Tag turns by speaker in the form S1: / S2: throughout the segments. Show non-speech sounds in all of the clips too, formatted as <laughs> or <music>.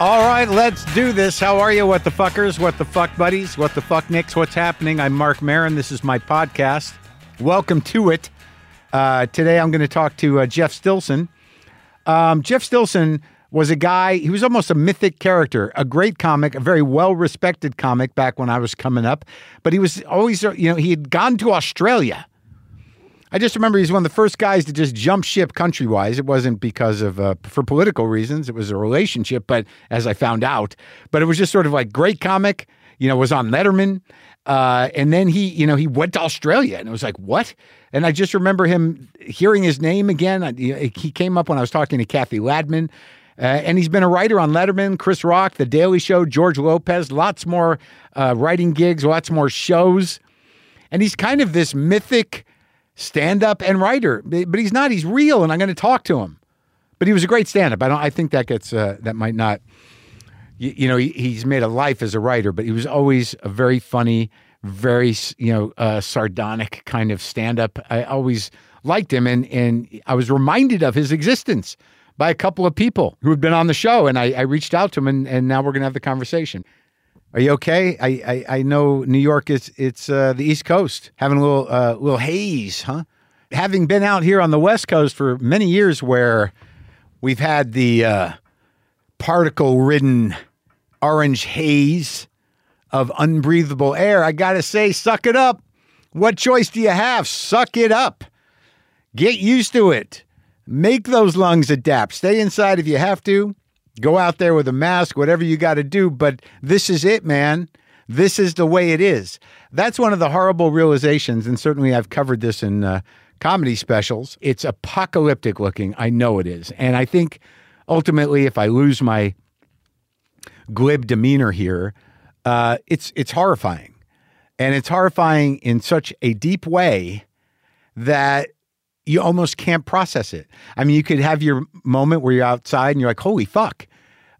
S1: right, let's do this. How are you, what the fuckers, what the fuck buddies, what the fuck nicks, what's happening? I'm Mark Marin. This is my podcast. Welcome to it. Uh, today I'm going to talk to uh, Jeff Stilson. Um, Jeff Stilson was a guy, he was almost a mythic character, a great comic, a very well respected comic back when I was coming up. But he was always, you know, he had gone to Australia. I just remember he's one of the first guys to just jump ship country wise. It wasn't because of, uh, for political reasons, it was a relationship, but as I found out, but it was just sort of like great comic, you know, was on Letterman. Uh, and then he, you know, he went to Australia and it was like, what? And I just remember him hearing his name again. I, he came up when I was talking to Kathy Ladman. Uh, and he's been a writer on Letterman, Chris Rock, The Daily Show, George Lopez, lots more uh, writing gigs, lots more shows. And he's kind of this mythic stand up and writer, but he's not. He's real, and I'm going to talk to him. But he was a great stand up. I don't. I think that gets uh, that might not. You, you know, he, he's made a life as a writer, but he was always a very funny, very you know uh, sardonic kind of stand up. I always liked him, and and I was reminded of his existence by a couple of people who had been on the show, and I, I reached out to him, and, and now we're going to have the conversation. Are you okay? I, I, I know New York is it's uh, the East Coast having a little uh, little haze, huh? Having been out here on the West Coast for many years, where we've had the uh, particle ridden orange haze of unbreathable air, I gotta say, suck it up. What choice do you have? Suck it up. Get used to it. Make those lungs adapt. Stay inside if you have to go out there with a mask, whatever you got to do. But this is it, man. This is the way it is. That's one of the horrible realizations. And certainly I've covered this in uh, comedy specials. It's apocalyptic looking. I know it is. And I think ultimately, if I lose my glib demeanor here, uh, it's, it's horrifying. And it's horrifying in such a deep way that you almost can't process it. I mean, you could have your moment where you're outside and you're like, holy fuck,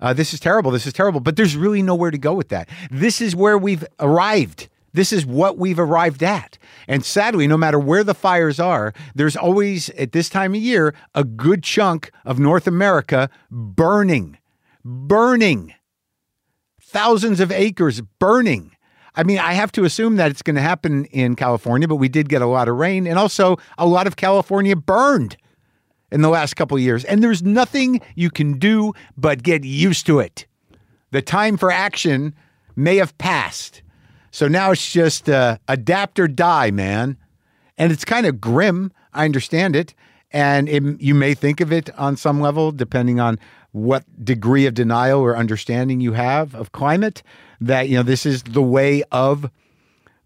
S1: uh, this is terrible. This is terrible. But there's really nowhere to go with that. This is where we've arrived. This is what we've arrived at. And sadly, no matter where the fires are, there's always, at this time of year, a good chunk of North America burning, burning, thousands of acres burning. I mean, I have to assume that it's going to happen in California, but we did get a lot of rain and also a lot of California burned in the last couple years. And there's nothing you can do but get used to it. The time for action may have passed. So now it's just uh, adapt or die, man. And it's kind of grim. I understand it. And it, you may think of it on some level, depending on what degree of denial or understanding you have of climate that you know this is the way of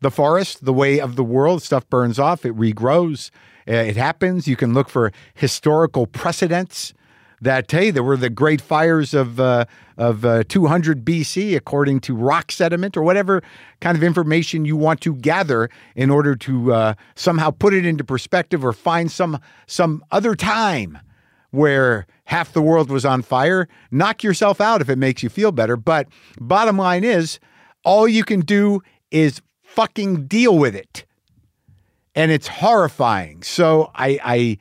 S1: the forest the way of the world stuff burns off it regrows uh, it happens you can look for historical precedents that hey there were the great fires of uh, of uh, 200 BC according to rock sediment or whatever kind of information you want to gather in order to uh, somehow put it into perspective or find some some other time where half the world was on fire. Knock yourself out if it makes you feel better. But bottom line is, all you can do is fucking deal with it. And it's horrifying. So I I,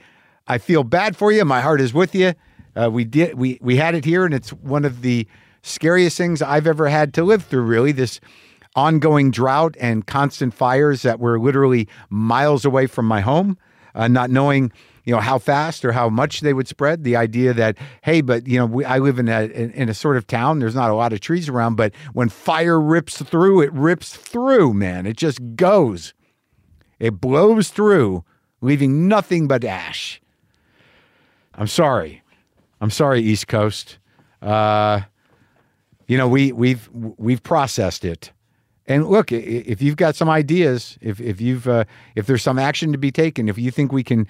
S1: I feel bad for you. My heart is with you. Uh, we did we we had it here, and it's one of the scariest things I've ever had to live through. Really, this ongoing drought and constant fires that were literally miles away from my home, uh, not knowing you know how fast or how much they would spread the idea that hey but you know we, i live in a in, in, a sort of town there's not a lot of trees around but when fire rips through it rips through man it just goes it blows through leaving nothing but ash i'm sorry i'm sorry east coast uh, you know we we've we've processed it and look, if you've got some ideas, if if you've uh, if there's some action to be taken, if you think we can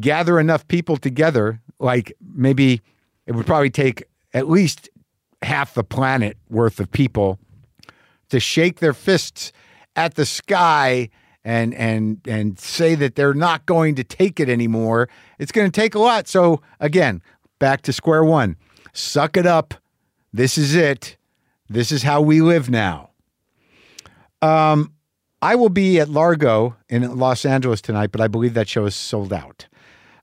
S1: gather enough people together, like maybe it would probably take at least half the planet worth of people to shake their fists at the sky and and and say that they're not going to take it anymore. It's going to take a lot. So again, back to square one. Suck it up. This is it. This is how we live now. Um I will be at Largo in Los Angeles tonight, but I believe that show is sold out.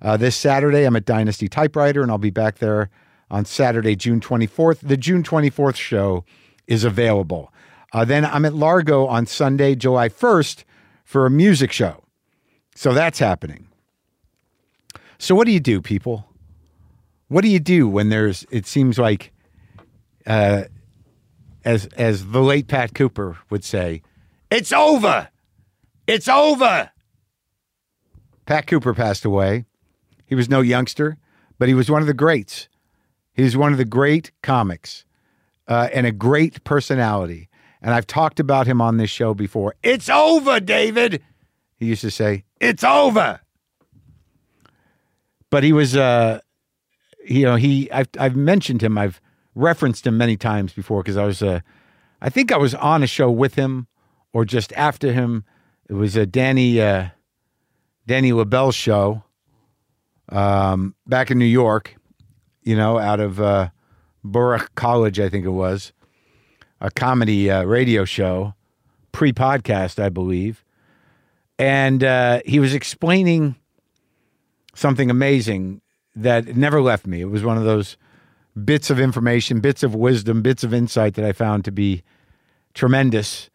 S1: Uh, this Saturday, I'm at Dynasty Typewriter, and I'll be back there on Saturday, June 24th. The June 24th show is available. Uh, then I'm at Largo on Sunday, July 1st for a music show. So that's happening. So what do you do, people? What do you do when there's it seems like uh, as as the late Pat Cooper would say, it's over. It's over. Pat Cooper passed away. He was no youngster, but he was one of the greats. He was one of the great comics uh, and a great personality. And I've talked about him on this show before. It's over, David. He used to say, "It's over." But he was, uh, you know, he. I've I've mentioned him. I've referenced him many times before because I was, uh, I think I was on a show with him or just after him. It was a Danny uh, Danny LaBelle show um, back in New York, you know, out of uh, Borough College, I think it was, a comedy uh, radio show, pre podcast, I believe. And uh, he was explaining something amazing that never left me. It was one of those bits of information, bits of wisdom, bits of insight that I found to be tremendous.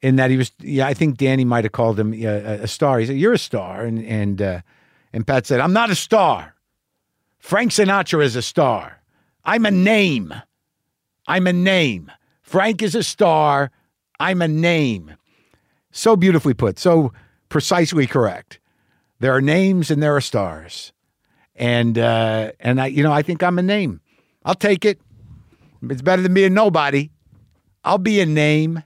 S1: In that he was, yeah, I think Danny might have called him uh, a, a star. He said, "You're a star," and and uh, and Pat said, "I'm not a star. Frank Sinatra is a star. I'm a name. I'm a name. Frank is a star. I'm a name." So beautifully put. So precisely correct. There are names and there are stars and uh, and I, you know, I think I'm a name. I'll take it. It's better than being nobody. I'll be a name.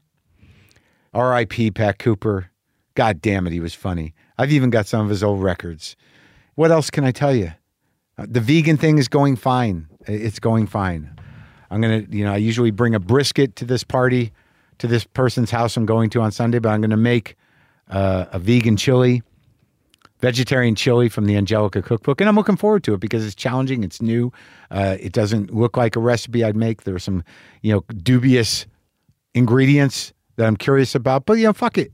S1: R.I.P. Pat Cooper. God damn it, he was funny. I've even got some of his old records. What else can I tell you? Uh, The vegan thing is going fine. I- It's going fine. I'm gonna, you know, I usually bring a brisket to this party, to this person's house I'm going to on Sunday, but I'm gonna make uh, a vegan chili vegetarian chili from the Angelica cookbook, and I'm looking forward to it because it's challenging, it's new, uh, it doesn't look like a recipe I'd make. There are some, you know, dubious ingredients that I'm curious about, but you know, fuck it.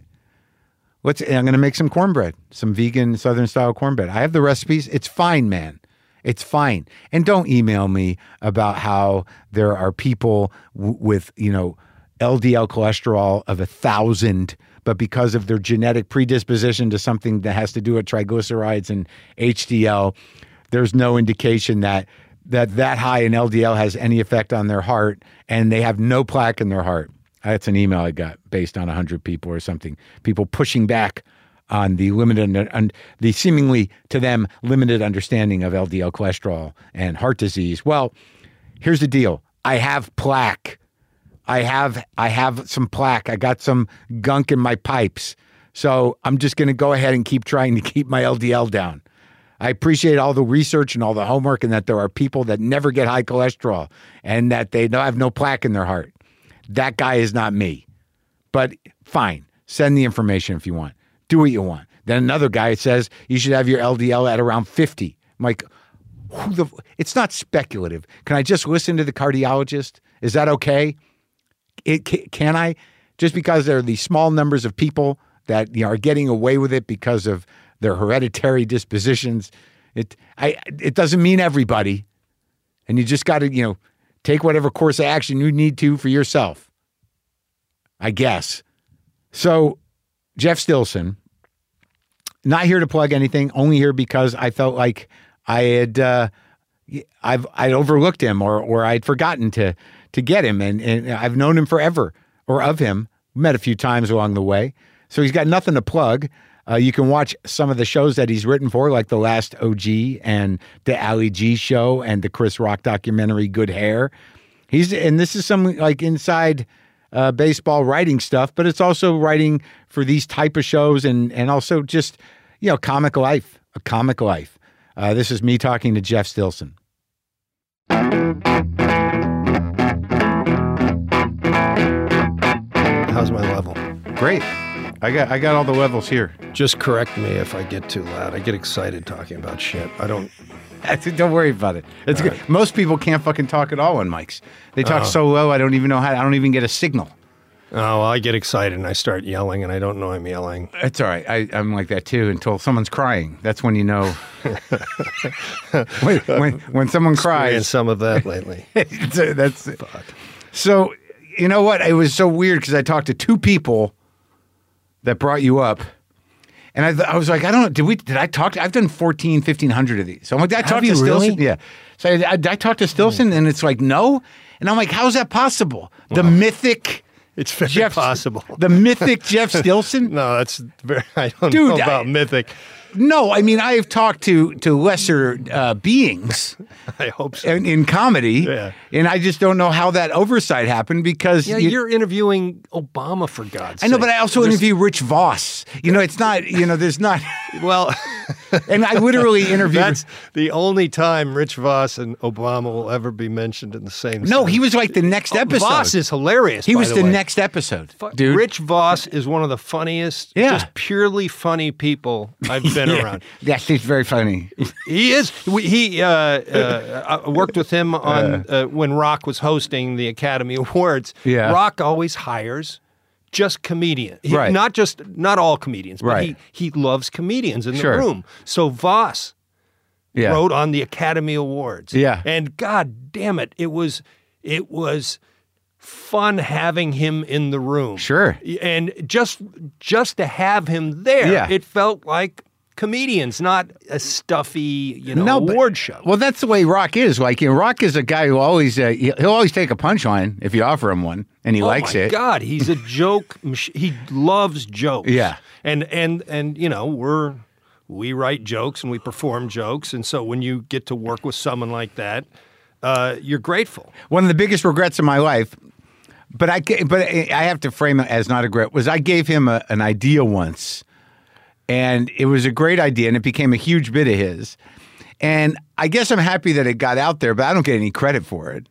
S1: Let's. and I'm going to make some cornbread, some vegan Southern style cornbread. I have the recipes. It's fine, man. It's fine. And don't email me about how there are people w- with you know LDL cholesterol of a thousand, but because of their genetic predisposition to something that has to do with triglycerides and HDL, there's no indication that that that high in LDL has any effect on their heart, and they have no plaque in their heart. That's an email I got based on 100 people or something. People pushing back on the limited and the seemingly to them limited understanding of LDL cholesterol and heart disease. Well, here's the deal. I have plaque. I have I have some plaque. I got some gunk in my pipes. So I'm just going to go ahead and keep trying to <laughs> keep my LDL down. I appreciate all the research and all the homework, and that there are people that never get high cholesterol and that they don't have no plaque in their heart. That guy is not me. But fine, send the information if you want. Do what you want. Then another guy says you should have your LDL at around 50. I'm like, who the? It's not speculative. Can I just listen to the cardiologist? Is that okay? it ca- can I just because there are these small numbers of people that you know, are getting away with it because of their hereditary dispositions. It I it doesn't mean everybody, and you just got to you know take whatever course of action you need to for yourself. I guess. So, Jeff Stilson, not here to plug anything, only here because I felt like I had uh, I've I'd overlooked him or or I'd forgotten to to get him and, and I've known him forever or of him met a few times along the way so he's got nothing to plug uh, you can watch some of the shows that he's written for like the last OG and the Ali G show and the Chris Rock documentary Good Hair he's and this is some like inside uh, baseball writing stuff but it's also writing for these type of shows and and also just you know comic life a comic life uh, this is me talking to Jeff Stilson.
S2: How's my level?
S1: Great. I got I got all the levels here.
S2: Just correct me if I get too loud. I get excited talking about shit. I don't.
S1: Don't worry about it. It's good. Uh-huh. Most people can't fucking talk at all on mics. They talk so low I don't even know how I don't even get a signal.
S2: Oh, well, I get excited and I start yelling, and I don't know I'm yelling.
S1: That's all right. I, I'm like that too until someone's crying. That's when you know. <laughs> when, when, when someone
S2: And
S1: cries,
S2: some of
S1: <laughs>
S2: that lately.
S1: it's, uh, that's so. You know what? It was so weird because I talked to two people that brought you up, and I, th- I was like, I don't know. Did we? Did I talk? To, I've done 14, 1500 of these. So I'm like, did I talk to
S2: you
S1: Stilson.
S2: really?
S1: Yeah. So I, I, I talked to Stilson, and it's like no. And I'm like, how's that possible? The mythic.
S2: It's very
S1: Jeff,
S2: possible.
S1: The mythic Jeff
S2: <laughs>
S1: Stilson?
S2: no, that's very. I don't
S1: Dude,
S2: know
S1: I-
S2: about mythic.
S1: No, I mean I have talked to to lesser uh, beings
S2: I hope so.
S1: in, in comedy,
S2: Yeah.
S1: and I just don't know how that oversight happened because
S2: yeah,
S1: you-
S2: you, are interviewing Obama for God's
S1: I
S2: sake.
S1: know, but I also interview Rich Voss. You know, it's not you know there's not,
S2: <laughs>
S1: <laughs>
S2: well,
S1: and I literally interviewed.
S2: that's the only time Rich Voss and Obama will ever be mentioned in the same.
S1: no,
S2: sentence.
S1: he was like the next episode.
S2: Oh, Voss is hilarious.
S1: he
S2: by
S1: was the,
S2: way.
S1: next episode,
S2: Fu-
S1: dude.
S2: Rich Voss is one of the funniest,
S1: Yeah.
S2: just purely funny people
S1: <laughs>
S2: I've been around.
S1: Yes, he's very funny.
S2: He is. We, he uh, uh, I worked with him on uh, when Rock was hosting the Academy <laughs> Awards.
S1: Yeah.
S2: Rock always hires just comedians, He-
S1: Right.
S2: Not just not all comedians, but
S1: Right.
S2: he he loves comedians in
S1: Sure.
S2: the room. So Voss
S1: Yeah,
S2: wrote on the Academy Awards.
S1: Yeah.
S2: And god damn it, it was it was fun having him in the room.
S1: Sure.
S2: And just just to have him there,
S1: Yeah.
S2: it felt like comedians, not a stuffy, you know,
S1: No, but-
S2: award show.
S1: Well, that's the way Rock is. Like, you know, Rock is a guy who always uh, he- he'll always take a punchline if you offer him one, and he likes
S2: oh my
S1: it.
S2: God,
S1: <laughs>
S2: he's a joke. mach- he loves jokes.
S1: Yeah.
S2: and and and you know we're we write jokes and we perform jokes, and so when you get to work with someone like that, uh, you're grateful.
S1: one of the biggest regrets of my life but i ca- but i have to frame it as not a regret was i gave him a, an idea once and it was a great idea and it became a huge bit of his and i guess i'm happy that it got out there but i don't get any credit for it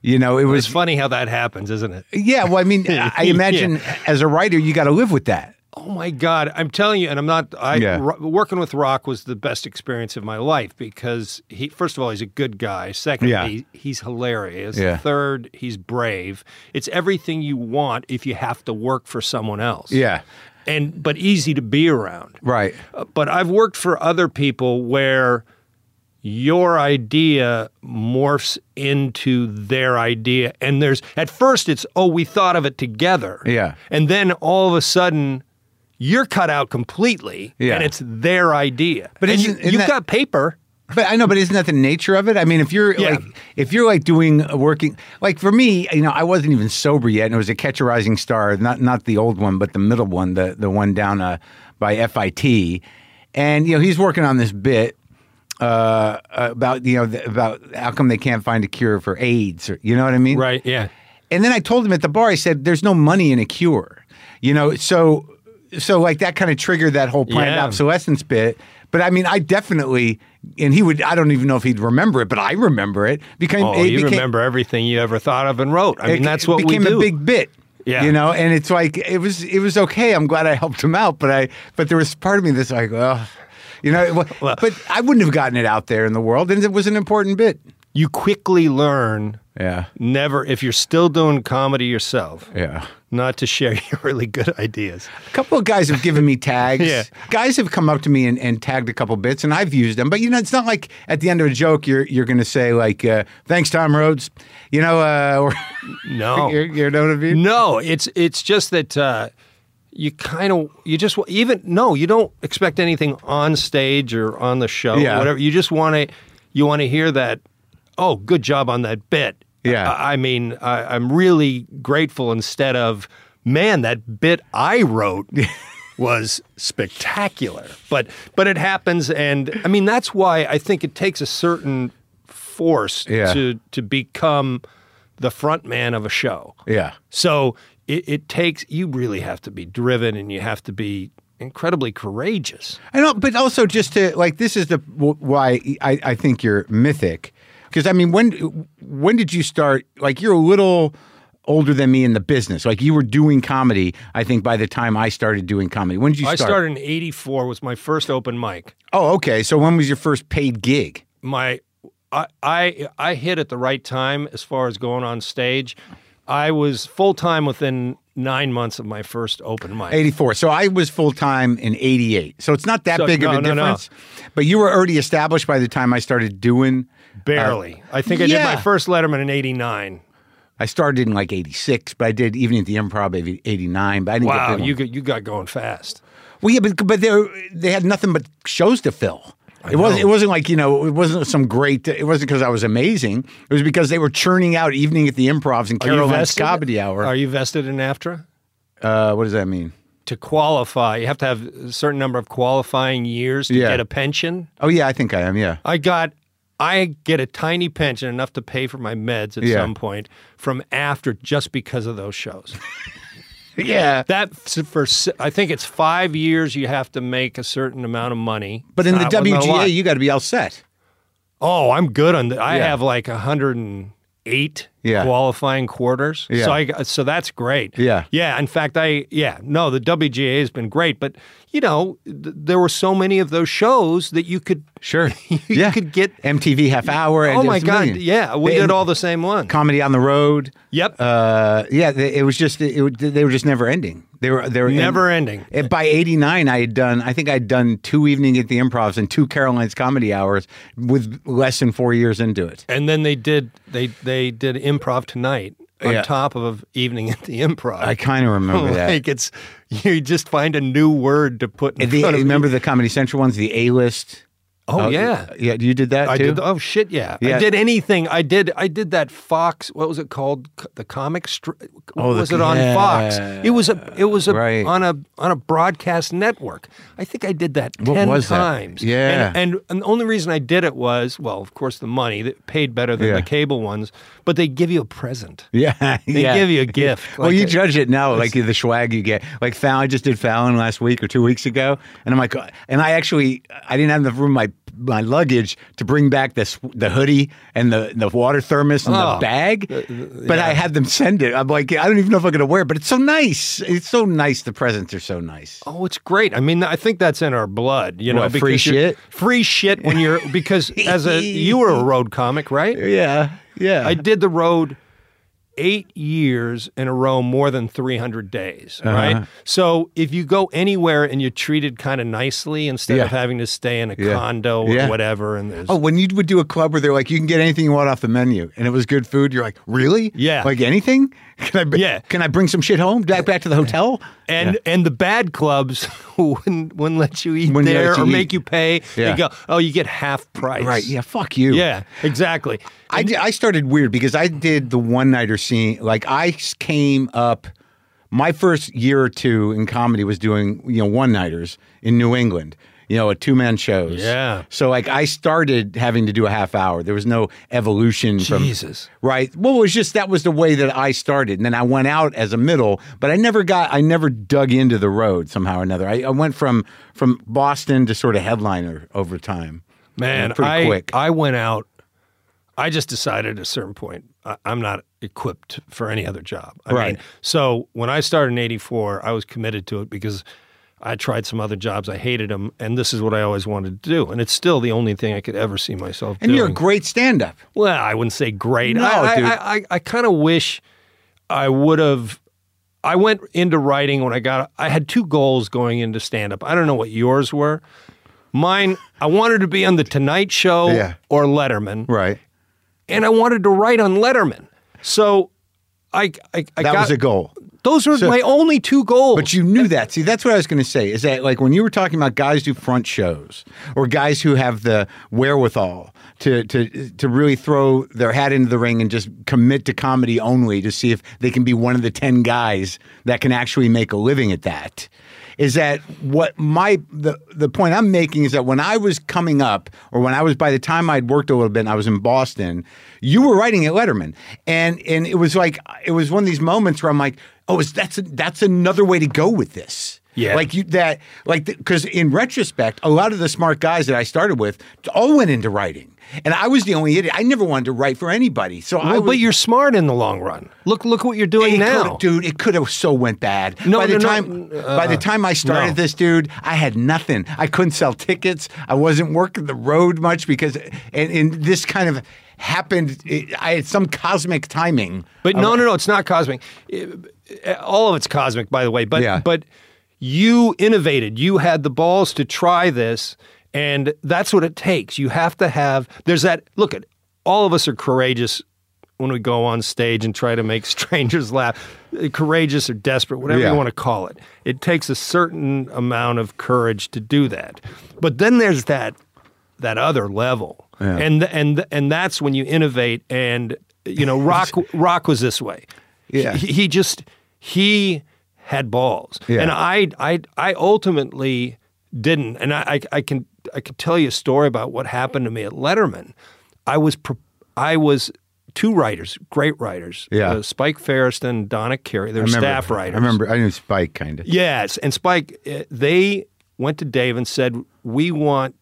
S1: you know it
S2: <laughs> It's
S1: was
S2: funny how that happens, isn't it?
S1: yeah well i mean i I
S2: Yeah.
S1: imagine as a writer you got to live with that
S2: Oh my God! I'm telling you, and I'm not. I
S1: Yeah.
S2: Ro- working with Rock was the best experience of my life because he, first of all, he's a good guy. Second,
S1: Yeah.
S2: he, he's hilarious.
S1: Yeah.
S2: Third, he's brave. It's everything you want if you have to work for someone else.
S1: yeah
S2: and but easy to be around.
S1: right
S2: Uh, But I've worked for other people where your idea morphs into their idea, and there's at first it's oh we thought of it together,
S1: Yeah.
S2: and then all of a sudden. You're cut out completely,
S1: Yeah.
S2: and it's their idea.
S1: But
S2: And
S1: isn't-
S2: you,
S1: isn't
S2: you've
S1: that-
S2: got paper.
S1: But I know, but isn't that the nature of it? I mean, if you're
S2: Yeah.
S1: like, if you're like doing a working, like for me, you know, I wasn't even sober yet, and it was a Catch a Rising Star, not not the old one, but the middle one, the the one down uh, by FIT, and you know, he's working on this bit uh, about you know the, about how come they can't find a cure for AIDS, or you know what I mean?
S2: Right, yeah.
S1: And then I told him at the bar, I said, "There's no money in a cure," you know. So, so like that kind of triggered that whole planned
S2: Yeah.
S1: obsolescence bit. But I mean, I definitely, and he would. I don't even know if he'd remember it, but I remember it. Became,
S2: Oh,
S1: it
S2: you
S1: became-
S2: remember everything you ever thought of and wrote. I mean,
S1: it
S2: that's what
S1: became
S2: we do.
S1: a big bit.
S2: Yeah.
S1: you know, and it's like it was. It was okay. I'm glad I helped him out, but I. But there was part of me that's like, well, you know, it wa- but I wouldn't have gotten it out there in the world, and it was an important bit.
S2: you quickly learn
S1: Yeah,
S2: never if you're still doing comedy yourself
S1: yeah.
S2: not to share <laughs> your really good ideas
S1: couple of guys have
S2: <laughs>
S1: given me tags.
S2: Yeah.
S1: Guys have come up to me and, and tagged a couple bits, and I've used them. But you know, it's not like at the end of a joke you're you're going to say like, uh, "Thanks, Tom Rhodes," you know, uh, <laughs> or
S2: no
S1: you you know what I mean?
S2: no it's it's just that uh you kind of you just wa- even no you don't expect anything on stage or on the show
S1: Yeah.
S2: or whatever you just want to you want to hear that oh good job on that bit
S1: Yeah.
S2: i, I mean I, i'm really grateful instead of man that bit i
S1: <laughs>
S2: wrote was spectacular but but it happens and i mean that's why i think it takes a certain force
S1: Yeah.
S2: to to become the front man of a show
S1: Yeah.
S2: so it, it takes, you really have to be driven and you have to be incredibly courageous.
S1: I know, but also just to like, this is the w- why I, I think you're mythic, because I mean, when when did you start? Like, you're a little older than me in the business. Like, you were doing comedy. I think by the time I started doing comedy, when did you
S2: I
S1: start?
S2: started in 84 was my first open mic.
S1: oh, okay. So when was your first paid gig?
S2: My, I, I, I hit at the right time as far as going on stage. I was full time within nine months of my first open mic.
S1: 84. So I was full time in 88. So it's not that
S2: So-
S1: big of
S2: no,
S1: a
S2: no, no.
S1: difference. But you were already established by the time I started doing.
S2: Barely. I think I did
S1: uh, yeah.
S2: my first Letterman in '89.
S1: I started in like 86, but I did even at the improv in 89. But I didn't get
S2: Wow,
S1: big
S2: you
S1: ones.
S2: got, you got going fast.
S1: Well, yeah, but, but they, they had nothing but shows to fill. It wasn't. It wasn't like you know. It wasn't some great. It wasn't because I was amazing. It was because they were churning out evening at the Improvs and
S2: Are you
S1: Caroline's
S2: vested?
S1: Comedy Hour.
S2: Are you vested in AFTRA?
S1: Uh, what does that mean?
S2: To qualify, you have to have a certain number of qualifying years to
S1: Yeah.
S2: get a pension.
S1: Oh yeah, I think I am. Yeah.
S2: I got I get a tiny pension enough to pay for my meds at
S1: Yeah.
S2: some point from after just because of those shows.
S1: Yeah.
S2: That f- for s- I think it's 5 years you have to make a certain amount of money.
S1: But in the
S2: It's not- wasn't a lot.
S1: WGA, you got to be all set.
S2: Oh, I'm good on that. I
S1: Yeah.
S2: have like 108
S1: Yeah.
S2: qualifying quarters.
S1: Yeah.
S2: So I got- so that's great.
S1: Yeah.
S2: Yeah, in fact I yeah, no, the WGA has been great, but you know, th- there were so many of those shows that you could
S1: Sure.
S2: <laughs> you
S1: yeah.
S2: could get
S1: MTV half hour. and
S2: Oh
S1: it
S2: my
S1: was a
S2: god,
S1: million.
S2: yeah, we
S1: They-
S2: did all the same ones.
S1: comedy on the road.
S2: Yep.
S1: Uh, yeah, they, it was just it, would- they were just never ending. They were they were
S2: Never ending.
S1: And by '89, I had done I think I'd done two evening at the Improvs and two Caroline's comedy hours with less than four years into it.
S2: And then they did they they did improv tonight on
S1: Yeah.
S2: top of evening at the improv.
S1: I kind of remember that.
S2: <laughs> like it's you just find a new word to put in
S1: The,
S2: front of
S1: remember the Comedy Central ones, the A list.
S2: Oh yeah.
S1: yeah. You did that
S2: I
S1: too.
S2: did. Oh shit! Yeah.
S1: Yeah.
S2: I did anything. I did. I did that Fox. What was it called? C- The comic. Str-
S1: Oh, the-
S2: was it on
S1: yeah.
S2: Fox? It was a. It was a
S1: Right.
S2: on a on a broadcast network. I think I did that
S1: What
S2: ten
S1: was that?
S2: times.
S1: Yeah.
S2: And, and and the only reason I did it was well, of course, the money that paid better than
S1: Yeah.
S2: the cable ones, but they give you a present.
S1: yeah,
S2: They
S1: yeah.
S2: give you a gift.
S1: well,
S2: like
S1: you
S2: a-
S1: judge it now, like the swag you get. Like Fallon, I just did Fallon last week or two weeks ago, and I'm like, uh, and I actually I didn't have enough room in my my luggage to bring back this the hoodie and the the water thermos and the
S2: Oh.
S1: bag, but I had them send it. I'm like, I don't even know if I'm gonna wear, it, but it's so nice. It's so nice. The presents are so nice.
S2: Oh, it's great. I mean, I think that's in our blood. You know,
S1: What, free
S2: because you're-
S1: shit?
S2: Free shit when you're
S1: <laughs>
S2: because as a you were a road comic, right?
S1: Yeah, yeah.
S2: I did the road eight years in a row, more than 300 days,
S1: Uh-huh.
S2: right? So if you go anywhere and you're treated kind of nicely instead
S1: Yeah.
S2: of having to stay in a
S1: Yeah.
S2: condo or
S1: Yeah.
S2: whatever, and there's.
S1: Oh, when you would do a club where they're like, you can get anything you want off the menu, and it was good food, you're like, really?
S2: Yeah.
S1: Like anything? Can I? br-
S2: Yeah.
S1: Can I bring some shit home back back to the hotel?
S2: And and the bad clubs <laughs> wouldn't, wouldn't let you eat
S1: Wouldn't let
S2: there
S1: you
S2: or
S1: eat.
S2: make you pay.
S1: Yeah.
S2: They go, oh, you get half price.
S1: Right. Yeah. Fuck you.
S2: Yeah, exactly.
S1: I, di- I started weird because I did the one nighter scene. Like I s- came up, my first year or two in comedy was doing you know one nighters in New England. You know, at two man shows.
S2: Yeah.
S1: So like I started having to do a half hour. There was no evolution from
S2: Jesus.
S1: Right. Well, it was just that was the way that I started. And then I went out as a middle, but I never got I never dug into the road somehow or another. I, I went from from Boston to sort of headliner over time.
S2: Man,
S1: Yeah, pretty
S2: I,
S1: quick.
S2: I went out. I just decided at a certain point I, I'm not equipped for any other job. I
S1: Right.
S2: so when I started in '84, I was committed to it because I tried some other jobs. I hated them, and this is what I always wanted to do. And it's still the only thing I could ever see myself
S1: And
S2: doing.
S1: you're a great stand up.
S2: Well, I wouldn't say great. Oh,
S1: No,
S2: I, I-
S1: dude.
S2: I, I, I kind of wish I would have. I went into writing when I got. I had two goals going into stand up. I don't know what yours were. Mine, I wanted to be on The Tonight Show
S1: Yeah.
S2: or Letterman,
S1: Right.
S2: and I wanted to write on Letterman. So I, I, I
S1: That
S2: got,
S1: was a goal.
S2: Those were my only two goals.
S1: But you knew that. See, that's what I was going to say is that, like, when you were talking about guys do front shows or guys who have the wherewithal to, to, to really throw their hat into the ring and just commit to comedy only to see if they can be one of the 10 guys that can actually make a living at that. Is that what my the, the point I'm making is that when I was coming up, or when I was by the time I'd worked a little bit and I was in Boston, you were writing at Letterman. And and it was like it was one of these moments where I'm like, oh, is that's that's another way to go with this.
S2: Yeah.
S1: Like you that like because in retrospect, a lot of the smart guys that I started with all went into writing. And I was the only idiot. I never wanted to write for anybody. So I
S2: Well,
S1: was,
S2: but you're smart in the long run. Look, look what you're doing
S1: it
S2: now.
S1: could've- dude. It could have so went bad.
S2: No,
S1: by the
S2: no, no,
S1: time by the time I started
S2: no.
S1: this, dude, I had nothing. I couldn't sell tickets. I wasn't working the road much because and, and this kind of happened. It, I had some cosmic timing.
S2: But no, no, no, it's not cosmic. It- all of it's cosmic, by the way. But
S1: Yeah.
S2: but you innovated. You had the balls to try this, and that's what it takes. You have to have. There's that. Look at all of us are courageous when we go on stage and try to make <laughs> strangers laugh. Courageous or desperate, whatever
S1: Yeah.
S2: you want to call it. It takes a certain amount of courage to do that. But then there's that that other level.
S1: Yeah.
S2: And and and that's when you innovate and you know
S1: <laughs>
S2: rock rock was this way.
S1: Yeah.
S2: He, he just he had balls.
S1: Yeah.
S2: And I I I ultimately didn't. And I, I I can I can tell you a story about what happened to me at Letterman. I was pro- I was two writers, great writers.
S1: Yeah.
S2: uh, Spike Ferriston, Donna Carey, they're
S1: I remember-
S2: staff writers.
S1: I remember. I knew Spike kind of.
S2: Yes, and Spike, uh, they went to Dave and said, "We want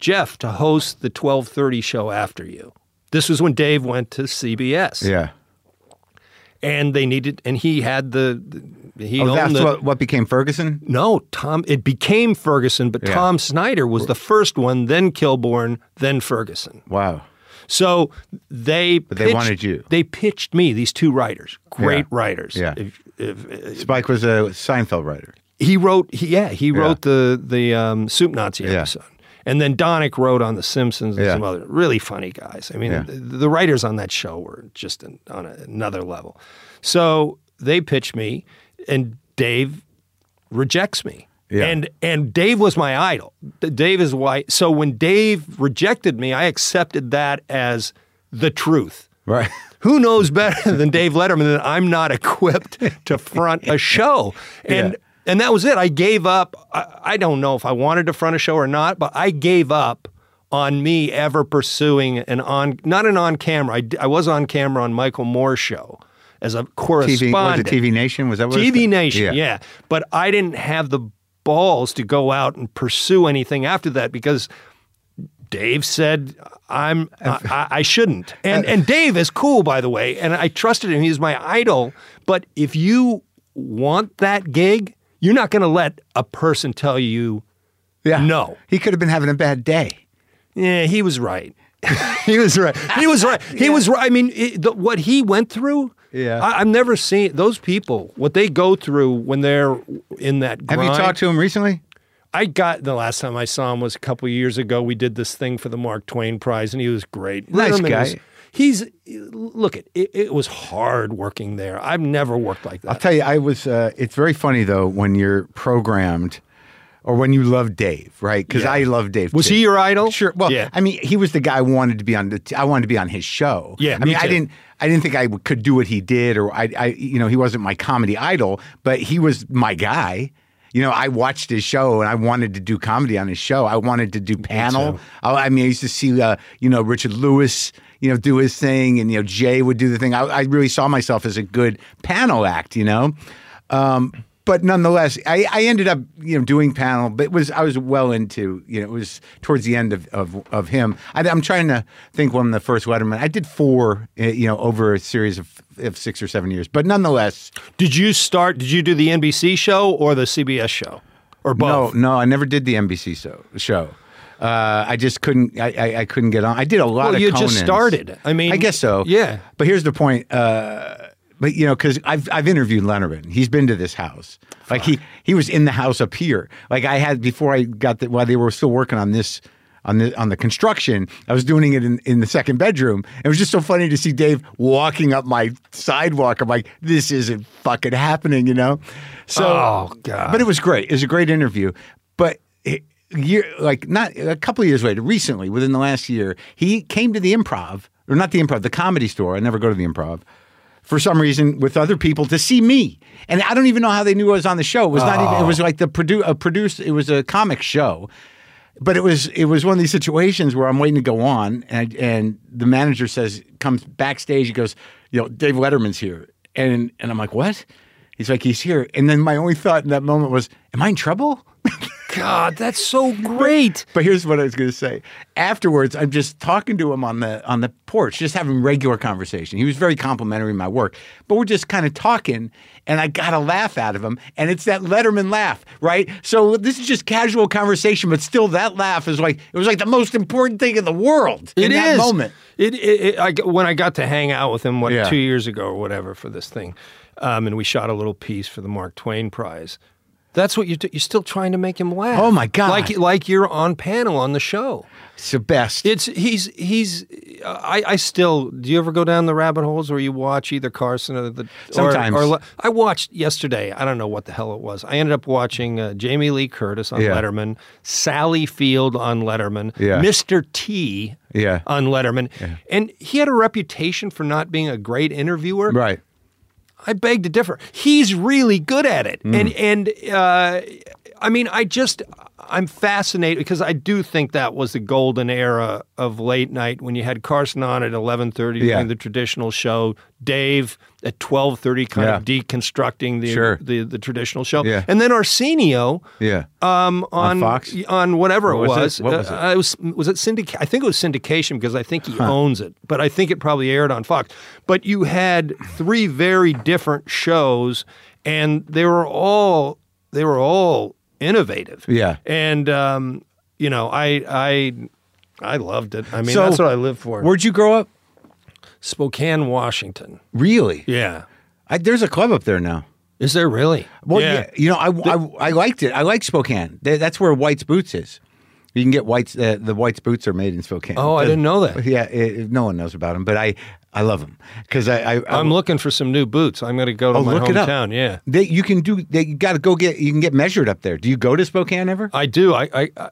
S2: Jeff to host the twelve thirty show after you." This was when Dave went to CBS,
S1: Yeah.
S2: and they needed, and he had the, the- he
S1: Oh,
S2: owned
S1: that's
S2: the.
S1: what, what became Ferguson.
S2: no, Tom. It became Ferguson, but
S1: Yeah.
S2: Tom Snyder was the first one, then Kilborn, then Ferguson.
S1: Wow. So
S2: So they
S1: they wanted you.
S2: They pitched me these two writers, great
S1: Yeah.
S2: writers.
S1: Yeah.
S2: If- if-
S1: Spike was a Seinfeld writer.
S2: he wrote he, yeah he wrote the the um, soup Nazi
S1: Yeah.
S2: episode and then Donick wrote on the Simpsons and
S1: Yeah.
S2: some other really funny guys I mean
S1: Yeah.
S2: the, the writers on that show were just an, on a, another level so they pitched me and Dave rejects me
S1: Yeah.
S2: and and Dave was my idol D- Dave is why so when Dave rejected me I accepted that as the truth
S1: <laughs> Right.
S2: who knows better <laughs> than Dave Letterman that I'm not equipped <laughs> to front a show? And and that was it. I gave up. I, I don't know if I wanted to front a show or not, but I gave up on me ever pursuing an on not an on camera. I, d- I was on camera on Michael Moore's show as
S1: TV
S2: a
S1: was it
S2: correspondent.
S1: TV Nation? Was that what it was?
S2: TV Nation, yeah. But I didn't have the balls to go out and pursue anything after that because Dave said I'm I, I shouldn't. And and Dave is cool, by the way, and I trusted him. He's my idol. But if you want that gig, you're not going to let a person tell you,
S1: Yeah.
S2: No.
S1: He could have been having a bad day.
S2: "Yeah, he was right." <laughs> he was right. He was right. He was right. I mean, it, the, what he went through.
S1: Yeah.
S2: I, I've never seen those people. What they go through when they're in that.
S1: Have you
S2: Grind,
S1: talked to him recently?
S2: I got the last time I saw him was a couple years ago. We did this thing for the Mark Twain Prize, and he was great.
S1: Nice guy.
S2: was- he's look at it, it was hard working there. I've never worked like
S1: I'll
S2: that.
S1: tell you, I was. Uh, it's very funny though when you're programmed, or when you love Dave, right? Because
S2: Yeah.
S1: I love Dave.
S2: Was
S1: too.
S2: he your idol?
S1: Sure. Well,
S2: Yeah.
S1: I mean, he was the guy I wanted to be on. The t- I wanted to be on his show.
S2: Yeah,
S1: I
S2: me
S1: mean, I
S2: too.
S1: didn't. I didn't think I w- could do what he did, or I, I, you know, he wasn't my comedy idol, but he was my guy. You know, I watched his show and I wanted to do comedy on his show. I wanted to do panel. I, I mean, I used to see, uh, you know, Richard Lewis, you know, do his thing, and you know, Jay would do the thing. I, I really saw myself as a good panel act. You know. Um, but nonetheless, I, I ended up you know doing panel, but it was I was well into you know it was towards the end of of, of him. I, am trying to think when the first Letterman. I did four eh, you know over a series of, of six or seven years, but nonetheless,
S2: Did you start? Did you do the NBC show or the CBS show, or both?
S1: no, no, I never did the NBC so, show. Uh, I just couldn't. I, I, I couldn't get on. I did a lot
S2: Well,
S1: of.
S2: you just
S1: Conans.
S2: started. I mean,
S1: I guess so.
S2: yeah.
S1: But here's the point. Uh, but you know, because I've I've interviewed Lenorman. He's been to this house. Like he he was in the house up here. Like I had before I got the, while they were still working on this. On the on the construction, I was doing it in, in the second bedroom. It was just so funny to see Dave walking up my sidewalk. I'm like, this isn't fucking happening, you know. So,
S2: Oh, God.
S1: But it was great. It was a great interview. But it, year, like not a couple of years later, recently, within the last year, he came to the improv, or not the improv, the comedy store. I never go to the improv. For some reason, with other people to see me, and I don't even know how they knew I was on the show. It was not even. It was like the produ- a produce. It was a comic show, but it was it was one of these situations where I'm waiting to go on, and and the manager says comes backstage. He goes, you know, Dave Letterman's here, and and I'm like, what? He's like, he's here, and then my only thought in that moment was, am I in trouble?
S2: God, that's so great.
S1: But here's what I was going to say. Afterwards, I'm just talking to him on the on the porch, just having regular conversation. He was very complimentary of my work, but we're just kind of talking, and I got a laugh out of him, and it's that Letterman laugh, right? So this is just casual conversation, but still, that laugh is like it was like the most important thing in the world
S2: It is
S1: in that moment.
S2: It, it, it I, when I got to hang out with him, what
S1: Yeah.
S2: two years ago or whatever for this thing, um, and we shot a little piece for the Mark Twain Prize. That's what you do. You're still trying to make him laugh.
S1: Oh, my God.
S2: Like like you're on panel on the show.
S1: It's the best.
S2: It's he's he's. uh, I I still. Do you ever go down the rabbit holes where you watch either Carson or the or-
S1: Sometimes.
S2: Or, I watched yesterday. I don't know what the hell it was. I ended up watching uh, Jamie Lee Curtis on
S1: Yeah.
S2: Letterman, Sally Field on Letterman,
S1: Yeah.
S2: Mr. T
S1: Yeah.
S2: on Letterman, and he had a reputation for not being a great interviewer.
S1: right.
S2: I beg to differ. He's really good at it,
S1: Mm.
S2: and and uh, I mean, I just I'm fascinated because I do think that was the golden era of late night when you had Carson on at 11:30
S1: Yeah.
S2: doing the traditional show, Dave at 12:30 kind of
S1: Yeah.
S2: deconstructing the,
S1: Sure.
S2: the the traditional show,
S1: Yeah.
S2: and then Arsenio.
S1: Yeah.
S2: Um, on,
S1: Fox?
S2: on whatever
S1: What
S2: it
S1: was it?
S2: was,
S1: What was it?
S2: I was was it syndic? I think it was syndication because I think he owns it, but I think it probably aired on Fox. But you had three very different shows, and they were all they were all innovative.
S1: Yeah.
S2: and um, you know, I I I loved it. I mean,
S1: So-
S2: that's what I live for.
S1: Where'd you grow up?
S2: Spokane, Washington.
S1: Really?
S2: Yeah,
S1: I, there's a club up there now.
S2: is there really?
S1: Well, yeah. you know, I, I, I liked it. I like Spokane. Th- That's where White's Boots is. You can get White's. Uh, the White's Boots are made in Spokane.
S2: Oh, I didn't know
S1: <laughs>
S2: that.
S1: Yeah, eh, no one knows about them, but I, I love them because I, I, I-
S2: I'm looking for some new boots. I'm going to go to
S1: Oh,
S2: my
S1: look it up.
S2: hometown. Yeah.
S1: They, you can do. They, you got to go get. You can get measured up there. Do you go to Spokane ever?
S2: I do. I, I, I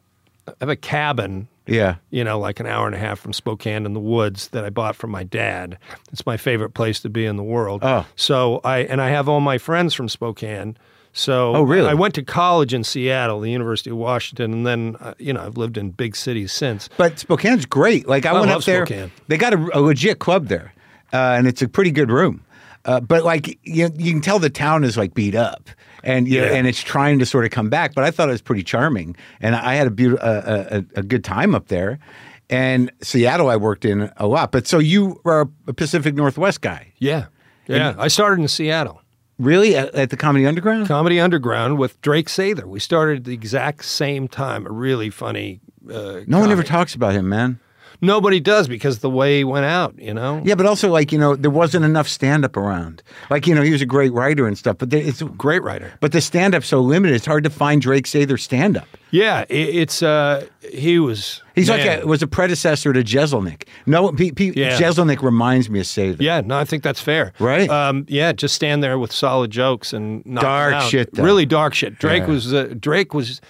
S2: have a cabin,
S1: yeah.
S2: you know, like an hour and a half from Spokane in the woods that I bought from my dad. It's my favorite place to be in the world.
S1: Oh.
S2: So I and I have all my friends from Spokane. So
S1: Oh, really?
S2: I went to college in Seattle, the University of Washington, and then uh, you know I've lived in big cities since.
S1: But Spokane's great. Like I, went
S2: love
S1: up there.
S2: Spokane.
S1: They got a, a legit club there, uh, and it's a pretty good room. Uh, but like you, you can tell the town is like beat up, and you
S2: Yeah.
S1: and it's trying to sort of come back. But I thought it was pretty charming, and I had a beautiful a, a, a good time up there. And Seattle, I worked in a lot. But so you are a Pacific Northwest guy,
S2: Yeah, yeah. I started in Seattle.
S1: really, at, at the Comedy Underground?
S2: Comedy Underground with Drake Sather. We started at the exact same time. A really funny. Uh,
S1: no one ever
S2: comedy-
S1: talks about him, man.
S2: Nobody does because the way he went out. You know.
S1: Yeah, but also like you know, there wasn't enough stand up around. Like you know, he was a great writer and stuff, but there, it's
S2: Great writer.
S1: But the stand up's so limited, it's hard to find Drake Sather stand up.
S2: Yeah, i it's uh, he was.
S1: He's
S2: man.
S1: like a, was a predecessor to Jeselnik. No, P, P,
S2: Yeah.
S1: Jeselnik reminds me of Sather.
S2: Yeah, no, I think that's fair.
S1: Right.
S2: Um, yeah, just stand there with solid jokes and knock them
S1: Dark
S2: out.
S1: shit, though.
S2: Really dark shit. Drake
S1: Yeah.
S2: was uh, Drake was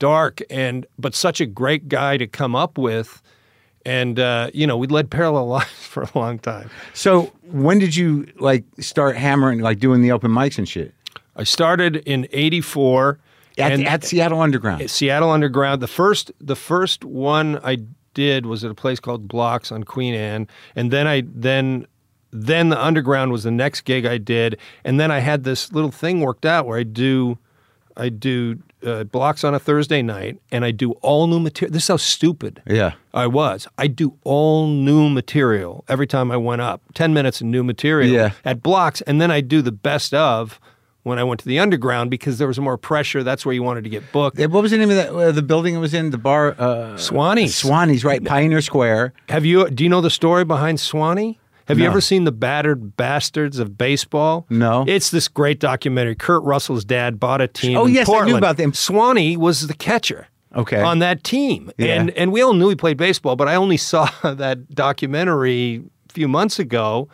S2: dark and but such a great guy to come up with, and uh, you know we led parallel <laughs> lives for a long time.
S1: So when did you like start hammering, like doing the open mics and shit
S2: I started in '84
S1: at, at Seattle Underground?
S2: Seattle Underground. The first the first one I did was at a place called Blocks on Queen Anne, and then I then then the Underground was the next gig I did, and then I had this little thing worked out where I do I do uh, Blocks on a Thursday night, and I do all new material. This is how stupid.
S1: Yeah.
S2: I was. I do all new material every time I went up. Ten minutes of new material
S1: Yeah.
S2: at blocks, and then I do the best of when I went to the underground because there was more pressure. That's where you wanted to get booked.
S1: Eh, What was the name of that, uh, the building it was in? The bar? Uh,
S2: Swanee.
S1: Swanee's, right? Pioneer Square.
S2: Have you? Do you know the story behind Swanee? Have you
S1: No.
S2: ever seen the battered bastards of baseball?
S1: No.
S2: It's this great documentary. Kurt Russell's dad bought a team.
S1: Oh,
S2: in
S1: yes, I knew
S2: Portland.
S1: about them.
S2: Swanee was the catcher.
S1: Okay.
S2: On that team,
S1: Yeah.
S2: and and we all knew he played baseball, but I only <laughs> saw that documentary a few months ago,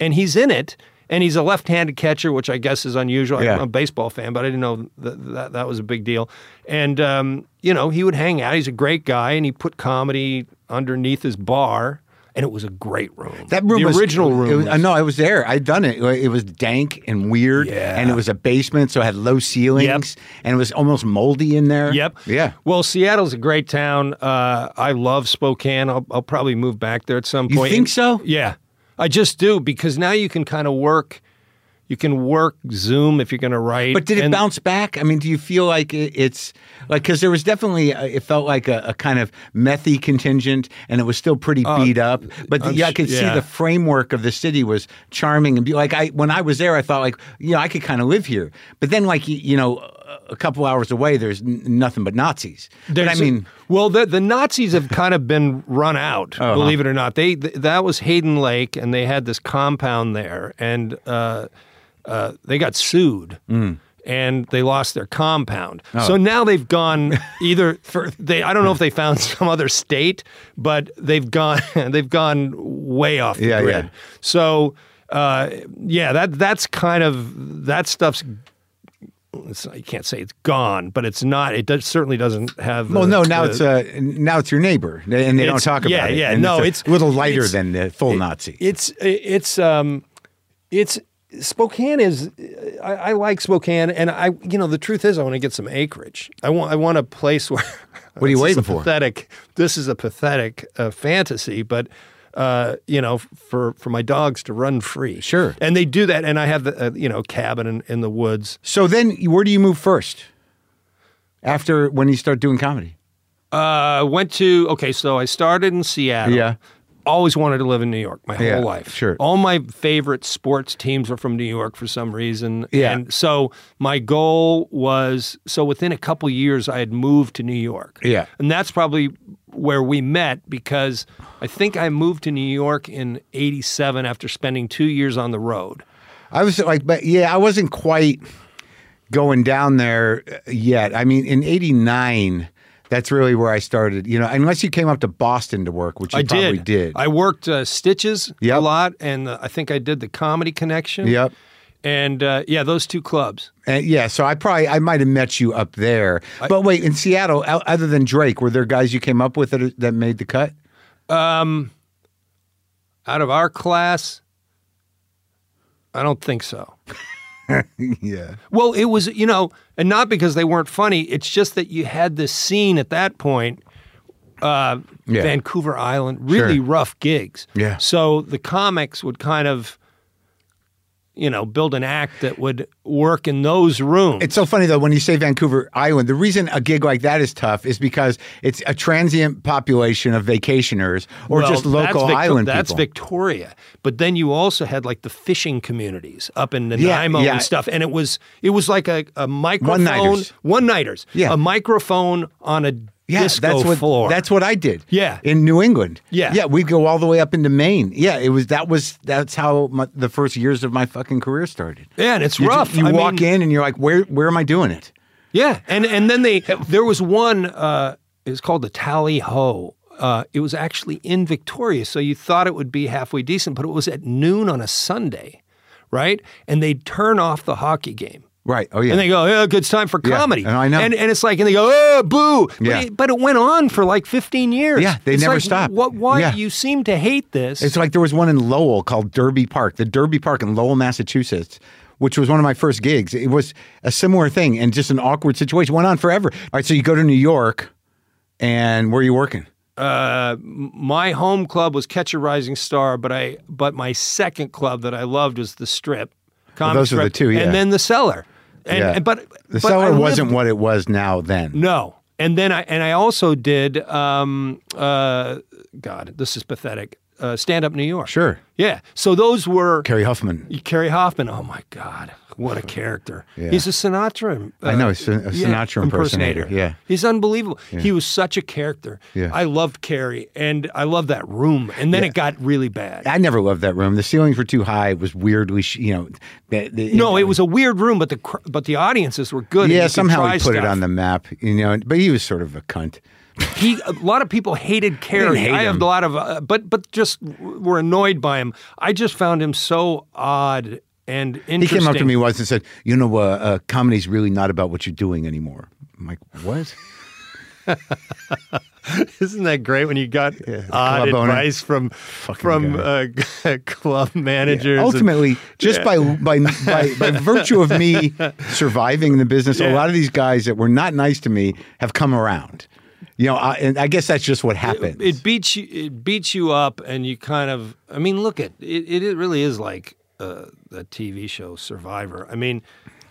S2: and he's in it. And he's a left-handed catcher, which I guess is unusual.
S1: Yeah.
S2: I'm a baseball fan, but I didn't know that that, that was a big deal. And um, you know, he would hang out. He's a great guy, and he put comedy underneath his bar, and it was a great room.
S1: That room
S2: the
S1: was
S2: original room.
S1: It was,
S2: was-
S1: uh, no, I was there. I'd done it. It was dank and weird,
S2: Yeah.
S1: and it was a basement, so it had low ceilings, and it was almost moldy in there.
S2: Yep.
S1: Yeah.
S2: Well, Seattle's a great town. Uh, I love Spokane. I'll, I'll probably move back there at some
S1: You
S2: point.
S1: think so?
S2: Yeah, I just do because now you can kind of work. You can work Zoom if you're going to write.
S1: But did it
S2: and-
S1: bounce back? I mean, do you feel like it- it's like because there was definitely uh, it felt like a, a kind of methy contingent, and it was still pretty beat up. But the,
S2: Uh, I'm
S1: yeah, I
S2: sh-
S1: could see
S2: yeah.
S1: the framework of the city was charming and be like I when I was there, I thought like you know I could kind of live here. But then like you, you know a- a couple hours away, there's n- nothing but Nazis. but I
S2: There's a-
S1: mean,
S2: well, the the Nazis have kind of been
S1: <laughs>
S2: run out,
S1: Oh,
S2: believe it or not. They th- that was Hayden Lake, and they had this compound there, and uh, uh, they got sued.
S1: Mm.
S2: And they lost their compound,
S1: Oh.
S2: so now they've
S1: <laughs>
S2: gone either for they. I don't know if they found some other state, but they've gone <laughs> they've gone way off the
S1: Yeah, yeah.
S2: grid. So uh, yeah, that that's kind of that stuff's. It's, you can't say it's gone, but it's not. It does, certainly doesn't have.
S1: well,
S2: the-
S1: no, now
S2: the-
S1: it's uh, now it's your neighbor, and they don't
S2: It's-
S1: talk about
S2: yeah,
S1: it.
S2: yeah,
S1: and
S2: no,
S1: a
S2: it's-
S1: little lighter
S2: it's-
S1: than the full Nazi.
S2: It's it's um, it's Spokane is. I, I like Spokane, and I you know the truth is I want to get some acreage. I want I want a place <laughs> where.
S1: What are you
S2: This is
S1: waiting
S2: a
S1: for?
S2: Pathetic. This is a pathetic uh, fantasy, but. Uh, you know, for for my dogs to run free,
S1: Sure.
S2: and they do that. And I have the uh, you know cabin in, in the woods.
S1: So then, where do you move first? After when you start doing comedy?
S2: Uh, went to okay, so I started in Seattle.
S1: Yeah.
S2: Always wanted to live in New York my whole
S1: Yeah,
S2: life.
S1: sure.
S2: All my favorite sports teams are from New York for some reason.
S1: Yeah.
S2: And so my goal was so within a couple years I had moved to New York.
S1: Yeah.
S2: And that's probably where we met because I think I moved to New York in 87 after spending 2 years on the road.
S1: I was like, but yeah, I wasn't quite going down there uh, yet. I mean, in '89, that's really where I started. You know, unless you came up to Boston to work, which you
S2: I
S1: probably
S2: did.
S1: did.
S2: I worked uh, Stitches
S1: Yep.
S2: a lot, and uh, I think I did the Comedy Connection.
S1: Yep.
S2: And uh, yeah, those two clubs.
S1: And yeah, so I probably I might have met you up there. but wait, in Seattle, o- other than Drake, were there guys you came up with that, that made the
S2: <laughs>
S1: cut?
S2: out of our class? I don't think so.
S1: yeah.
S2: Well, it was, you know, and not because they weren't funny. It's just that you had this scene at that point, uh,
S1: Yeah.
S2: Vancouver Island, really
S1: Sure.
S2: rough gigs.
S1: Yeah.
S2: So the comics would kind of, you know, build an act that would work in those rooms.
S1: It's so funny though when you say Vancouver Island. The reason a gig like that is tough is because it's a transient population of vacationers or
S2: Well,
S1: just local
S2: that's Victo-
S1: island
S2: That's
S1: people.
S2: Victoria, but then you also had like the fishing communities up in Nanaimo
S1: yeah.
S2: and stuff, and it was it was like a, a microphone
S1: One-nighters.
S2: one-nighters.
S1: Yeah.
S2: a microphone on a
S1: yeah,
S2: disco
S1: that's what
S2: floor.
S1: that's what I did.
S2: Yeah.
S1: in New England.
S2: Yeah.
S1: yeah, we'd go all the way up into Maine. Yeah, it was that was that's how my, the first years of my fucking career started.
S2: yeah, and it's
S1: You, ju-
S2: rough.
S1: you
S2: I
S1: walk
S2: mean,
S1: in and you're like, where where am I doing it?
S2: Yeah, and and then they there was one. Uh, it was called the Tally Ho. Uh, it was actually in Victoria, so you thought it would be halfway decent, but it was at noon on a Sunday, right? And they'd turn off the hockey game.
S1: Right. Oh yeah.
S2: And they go, oh, good, it's time for comedy.
S1: and I know.
S2: And, and it's like, and they go, oh, boo. But,
S1: Yeah.
S2: it, but it went on for like 15 years.
S1: Yeah, they
S2: It's
S1: never
S2: like,
S1: stopped.
S2: What, why
S1: Yeah.
S2: do you seem to hate this?
S1: It's like there was one in Lowell called Derby Park, the Derby Park in Lowell, Massachusetts, which was one of my first gigs. It was a similar thing and just an awkward situation. Went on forever. All right, so you go to New York, and where are you working?
S2: My home club was Catch a Rising Star, but I but my second club that I loved was the Strip. Comic
S1: those are the
S2: Strip,
S1: two, yeah.
S2: And then the Cellar. And,
S1: Yeah.
S2: and- but
S1: The
S2: but I
S1: cellar
S2: lived-
S1: wasn't what it was now then.
S2: No. And then I and I also did um uh God, this is pathetic. Uh, stand up New York.
S1: Sure.
S2: Yeah. So those were
S1: Carrie Huffman.
S2: Kerry Hoffman. Oh my God, what a character!
S1: Yeah.
S2: He's a Sinatra. uh,
S1: I know, he's a- a Sinatra impersonator, yeah.
S2: he's unbelievable. He was such a character.
S1: Yeah.
S2: I loved Carrie, and I loved that room. And then it got really bad.
S1: I never loved that room. The ceilings were too high. It was weirdly, sh- you know. The, the,
S2: no, it was a weird room, but the cr- but the audiences were good. and you
S1: Yeah,
S2: could
S1: somehow
S2: try
S1: he put it
S2: stuff.
S1: on the map, you know. But he was sort of a cunt.
S2: He a lot of people hated Carrie.
S1: hate
S2: I
S1: him.
S2: have a lot of, uh, but but just w- were annoyed by him. I just found him so odd and interesting.
S1: He came up to me once and said, "You know, uh, uh, comedy's really not about what you're doing anymore." I'm like, "What?"
S2: Isn't that great when you got odd
S1: club owner.
S2: advice from from uh, <laughs> club managers? and-
S1: Ultimately, just by, by by by virtue of
S2: <laughs>
S1: me surviving the business, a
S2: Yeah.
S1: lot of these guys that were not nice to me have come around. You know, I, and I guess that's just what happens.
S2: it beats you. It beats you up, and you kind of. I mean, look at it. It really is like uh, the TV show Survivor. I mean,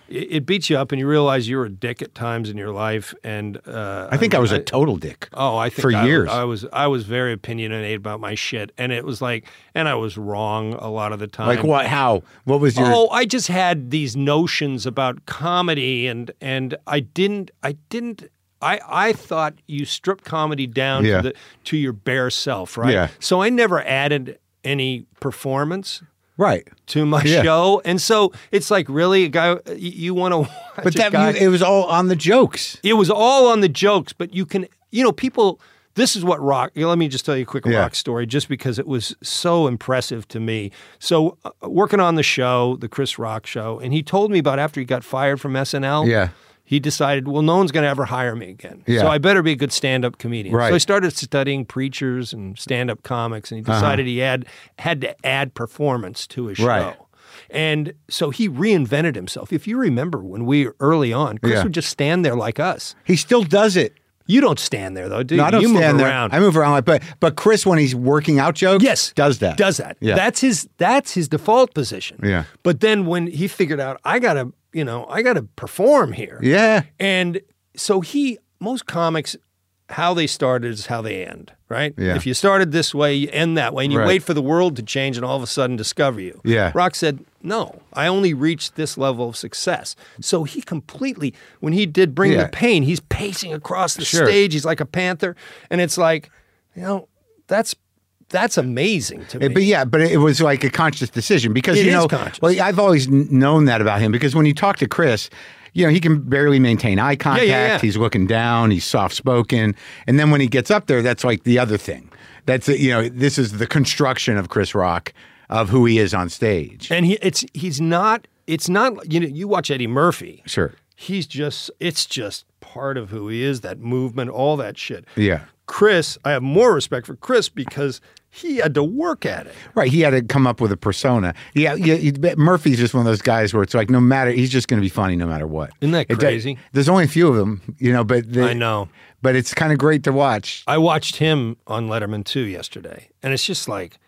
S2: it, it beats you up, and you realize you were a dick at times in your life. And uh,
S1: I think I was
S2: a
S1: a total dick.
S2: Oh, I think
S1: for
S2: I-
S1: years.
S2: I was I was very opinionated about my shit, and it was like, and I was wrong a lot of the time.
S1: like what? How? What was your?
S2: Oh, I just had these notions about comedy, and and I didn't, I didn't, I I thought you stripped comedy down
S1: Yeah.
S2: to the to your bare self, right?
S1: Yeah.
S2: So I never added any performance
S1: right.
S2: to my
S1: Yeah.
S2: show, and so it's like really, a guy, y- you want to,
S1: But that
S2: guy,
S1: you, it was all on the jokes.
S2: it was all on the jokes, but you can, you know, people. This is what rock. you know, Let me just tell you a quick
S1: Yeah.
S2: rock story, just because it was so impressive to me. So, uh, working on the show, the Chris Rock show, and he told me about after he got fired from SNL.
S1: Yeah.
S2: He decided, well, no one's going to ever hire me again.
S1: Yeah.
S2: So I better be a good stand-up comedian.
S1: Right. Uh-huh.
S2: So I started studying preachers and stand-up comics, and he decided he had had to add performance to his
S1: Right.
S2: show. And so he reinvented himself. If you remember when we early on, Chris
S1: Yeah.
S2: would just stand there like us.
S1: He still does it.
S2: You don't stand there though, do you?
S1: No, I don't
S2: you
S1: stand
S2: move
S1: there.
S2: around.
S1: I move around, like, but but Chris, when he's working out jokes,
S2: yes,
S1: does that?
S2: Does that?
S1: Yeah.
S2: That's his. That's his default position.
S1: Yeah.
S2: But then when he figured out, I gotta, you know, I gotta perform here.
S1: yeah.
S2: And so he, most comics, how they started is how they end, right?
S1: Yeah.
S2: If you started this way, you end that way, and you
S1: Right.
S2: wait for the world to change and all of a sudden discover you.
S1: Yeah.
S2: Rock said, no, I only reached this level of success. So he completely, when he did Bring
S1: Yeah.
S2: the Pain, he's pacing across the
S1: Sure.
S2: stage. He's like a panther. And it's like, you know, that's. That's amazing to me.
S1: Eh, But yeah, but it was like a conscious decision because
S2: It
S1: you
S2: is
S1: know,
S2: conscious.
S1: well, I've always kn- known that about him because when you talk to Chris, you know, he can barely maintain eye contact.
S2: yeah.
S1: He's looking down. He's soft spoken, and then when he gets up there, that's like the other thing. That's you know, this is the construction of Chris Rock of who he is on stage.
S2: and he, it's he's not. It's not. You know, you watch Eddie Murphy.
S1: Sure.
S2: he's just it's just part of who he is that movement all that shit
S1: Yeah.
S2: chris i have more respect for chris because he had to work at it
S1: Right, he had to come up with a persona. Yeah, yeah you- but Murphy's just one of those guys where it's like, no matter, he's just going to be funny no matter what.
S2: Isn't that
S1: It does-
S2: crazy?
S1: there's only a few of them, you know. But they,
S2: i know
S1: but it's kind of great to watch.
S2: i watched him on letterman 2 yesterday and it's just like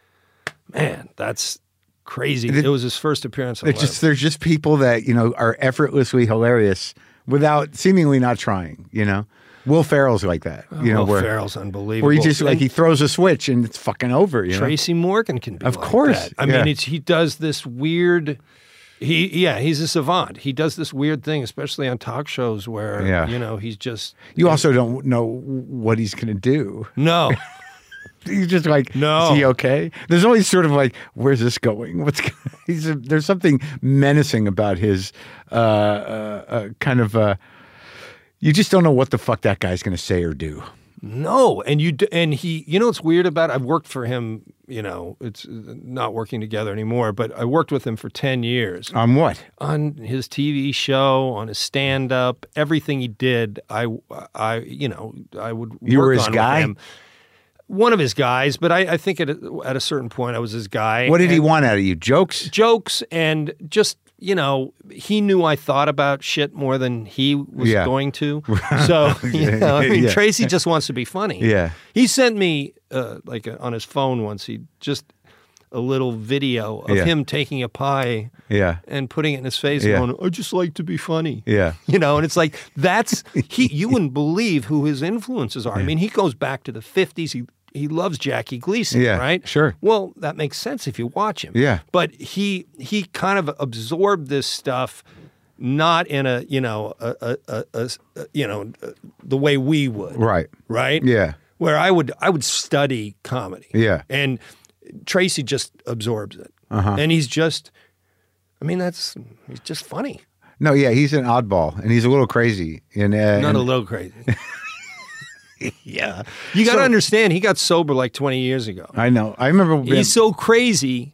S2: man that's crazy it was his first appearance on
S1: It's just there's just people that you know are effortlessly hilarious without seemingly not trying. You know, Will Ferrell's like that. You know,
S2: Uh, Will
S1: where
S2: Ferrell's unbelievable
S1: where he just like
S2: And
S1: he throws a switch and it's fucking over. You know,
S2: tracy morgan can be
S1: Of
S2: like
S1: course,
S2: that. i
S1: yeah.
S2: mean it's he does this weird he yeah he's a savant he does this weird thing especially on talk shows where
S1: Yeah.
S2: you know he's just
S1: you also don't know what he's going to do. <laughs>
S2: no
S1: He's just like,
S2: No.
S1: is he okay? There's always sort of like, where's this going? What's go- <laughs> he's there's something menacing about his uh, uh, uh, kind of. Uh, you just don't know what the fuck that guy's going to say or do.
S2: No, and you d- and he, you know, what's weird about. I've worked for him. You know, it's uh, not working together anymore. But I worked with him for ten years
S1: On what?
S2: on his TV show, on his stand up, everything he did. I, I, you know, I would.
S1: You were
S2: work
S1: his
S2: on with
S1: guy?
S2: him. One of his guys, but I, I think at a, at a certain point I was his guy.
S1: What did he
S2: And
S1: want out of you? Jokes?
S2: Jokes and just you know, he knew I thought about shit more than he was
S1: <laughs> Yeah.
S2: going to. So you know, I mean,
S1: Yeah.
S2: Tracy just wants to be funny.
S1: Yeah.
S2: He sent me uh, like uh on his phone once. He just a little video of
S1: Yeah.
S2: him taking a pie
S1: Yeah.
S2: and putting it in his face
S1: Yeah.
S2: and going, "I just like to be funny."
S1: Yeah.
S2: <laughs> You know, and it's like that's
S1: <laughs>
S2: he. You wouldn't believe who his influences are. I mean, he goes back to the fifties. He he loves Jackie Gleason,
S1: Yeah,
S2: right?
S1: sure.
S2: Well, that makes sense if you watch him.
S1: Yeah.
S2: But he he kind of absorbed this stuff, not in a you know a, a, a, a s- a- you know uh, the way we would
S1: Right.
S2: right?
S1: Yeah.
S2: Where I would I would study comedy.
S1: Yeah. Uh-huh.
S2: And Tracy just absorbs it. And he's just I mean that's he's just funny.
S1: No, yeah, he's an oddball and he's a little crazy. And, uh,
S2: Not
S1: and-
S2: a
S1: <laughs>
S2: little crazy. yeah. You got to understand he got sober like 20 years ago.
S1: I know. I remember when,
S2: He's so crazy.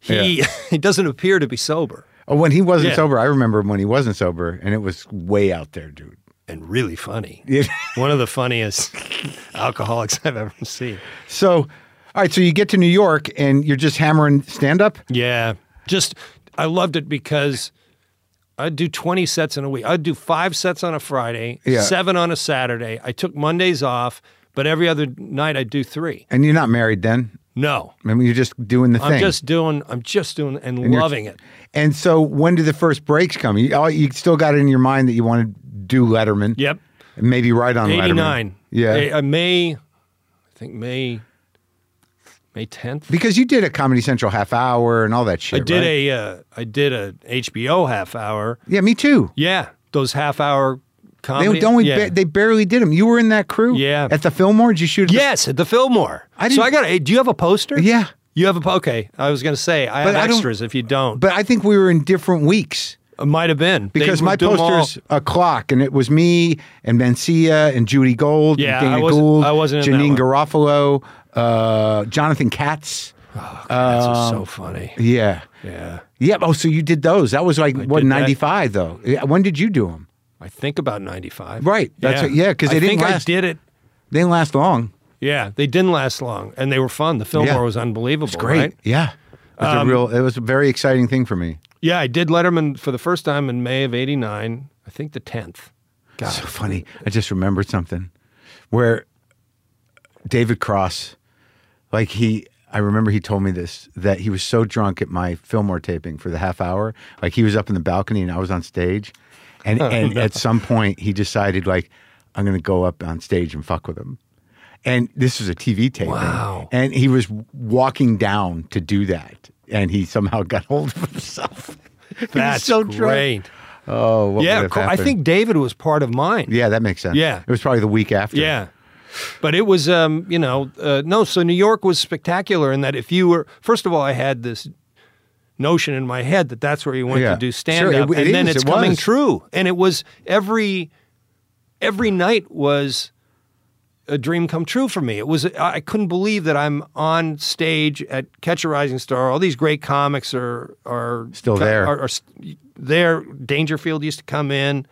S2: He <laughs> he doesn't appear to be sober
S1: oh, when he wasn't
S2: Yeah.
S1: sober. I remember when he wasn't sober and it was way out there, dude.
S2: and really funny.
S1: Yeah.
S2: <laughs> One of the funniest alcoholics I've ever seen.
S1: So, all right. So you get to New York and you're just hammering stand up.
S2: Yeah. Just I loved it because I'd do 20 sets in a week. I'd do 5 sets on a Friday,
S1: Yeah.
S2: 7 on a Saturday. I took Mondays off, but every other night I'd do 3.
S1: And you're not married then?
S2: No,
S1: I mean, you're just doing the
S2: I'm
S1: thing.
S2: just doing. I'm just doing and,
S1: you're-
S2: loving it.
S1: and so when do the first breaks come? You, all, you still got it in your mind that you want to do Letterman.
S2: Yep.
S1: And Maybe right on Letterman.
S2: 89.
S1: Yeah.
S2: A- uh, May, I think May, May 10th.
S1: Because you did a Comedy Central half hour and all that shit.
S2: I did
S1: right?
S2: a, uh, I did a HBO half hour.
S1: Yeah, me too.
S2: Yeah. Those half hour
S1: They
S2: comedy.
S1: don't. we
S2: yeah.
S1: ba- they barely did them. You were in that crew.
S2: Yeah.
S1: At the Fillmore, did you shoot? at the-
S2: yes, at the Fillmore.
S1: I
S2: so
S1: didn't-
S2: I got, a, do you have a poster?
S1: yeah.
S2: You have a, po- okay. I was going to say, I
S1: But
S2: have
S1: I don't-
S2: extras if you don't.
S1: But I think we were in different weeks
S2: it might have been. They
S1: because my
S2: do 'em all.
S1: poster's a clock, and it was me and Mencia and Judy Gold,
S2: Yeah,
S1: and Dana
S2: I wasn't-
S1: Gould,
S2: I wasn't in that
S1: Janine
S2: one.
S1: Garofalo, uh, Jonathan Katz.
S2: That's just so funny.
S1: um, Yeah.
S2: Yeah.
S1: Yeah. Oh, so you did those. That was like, what,
S2: did that.
S1: 95, though? Yeah, When did you do them?
S2: I think about 95.
S1: Right. That's what- yeah, 'cause
S2: I
S1: they didn't
S2: think
S1: last-
S2: I did it
S1: They didn't last long.
S2: Yeah, they didn't last long, and they were fun. The Fillmore
S1: Yeah.
S2: was unbelievable.
S1: Great.
S2: right? Um,
S1: Yeah. It was, a real, it was a very exciting thing for me.
S2: Yeah, I did Letterman for the first time in May of '89. I think the 10th. God.
S1: So funny. I just remembered something where David Cross, like he, I remember he told me this that he was so drunk at my Fillmore taping for the half hour. Like he was up in the balcony and I was on stage. And,
S2: Oh,
S1: and at some point he decided, like, I'm going to go up on stage and fuck with him. And this was a TV taping.
S2: Wow.
S1: And he was walking down to do that. And he somehow got hold of himself. <laughs> He was
S2: That's
S1: so drunk.
S2: great.
S1: Oh, what would
S2: Yeah,
S1: have
S2: co- I
S1: happened?
S2: think David was part of mine.
S1: Yeah, that makes sense.
S2: Yeah.
S1: It was probably the week after.
S2: Yeah. But it was, um, you know, uh, no, so New York was spectacular in that if you were, first of all, I had this notion in my head that that's where you went
S1: Yeah.
S2: to
S1: Sure,
S2: do stand up.
S1: it- it
S2: and then
S1: is,
S2: it's
S1: it
S2: coming
S1: was.
S2: true. And it was every, every night was a dream come true for me. It was, I I couldn't believe that I'm on stage at Catch a Rising Star. All these great comics are, are
S1: Still there.
S2: Are, are s- there. Dangerfield used to come in.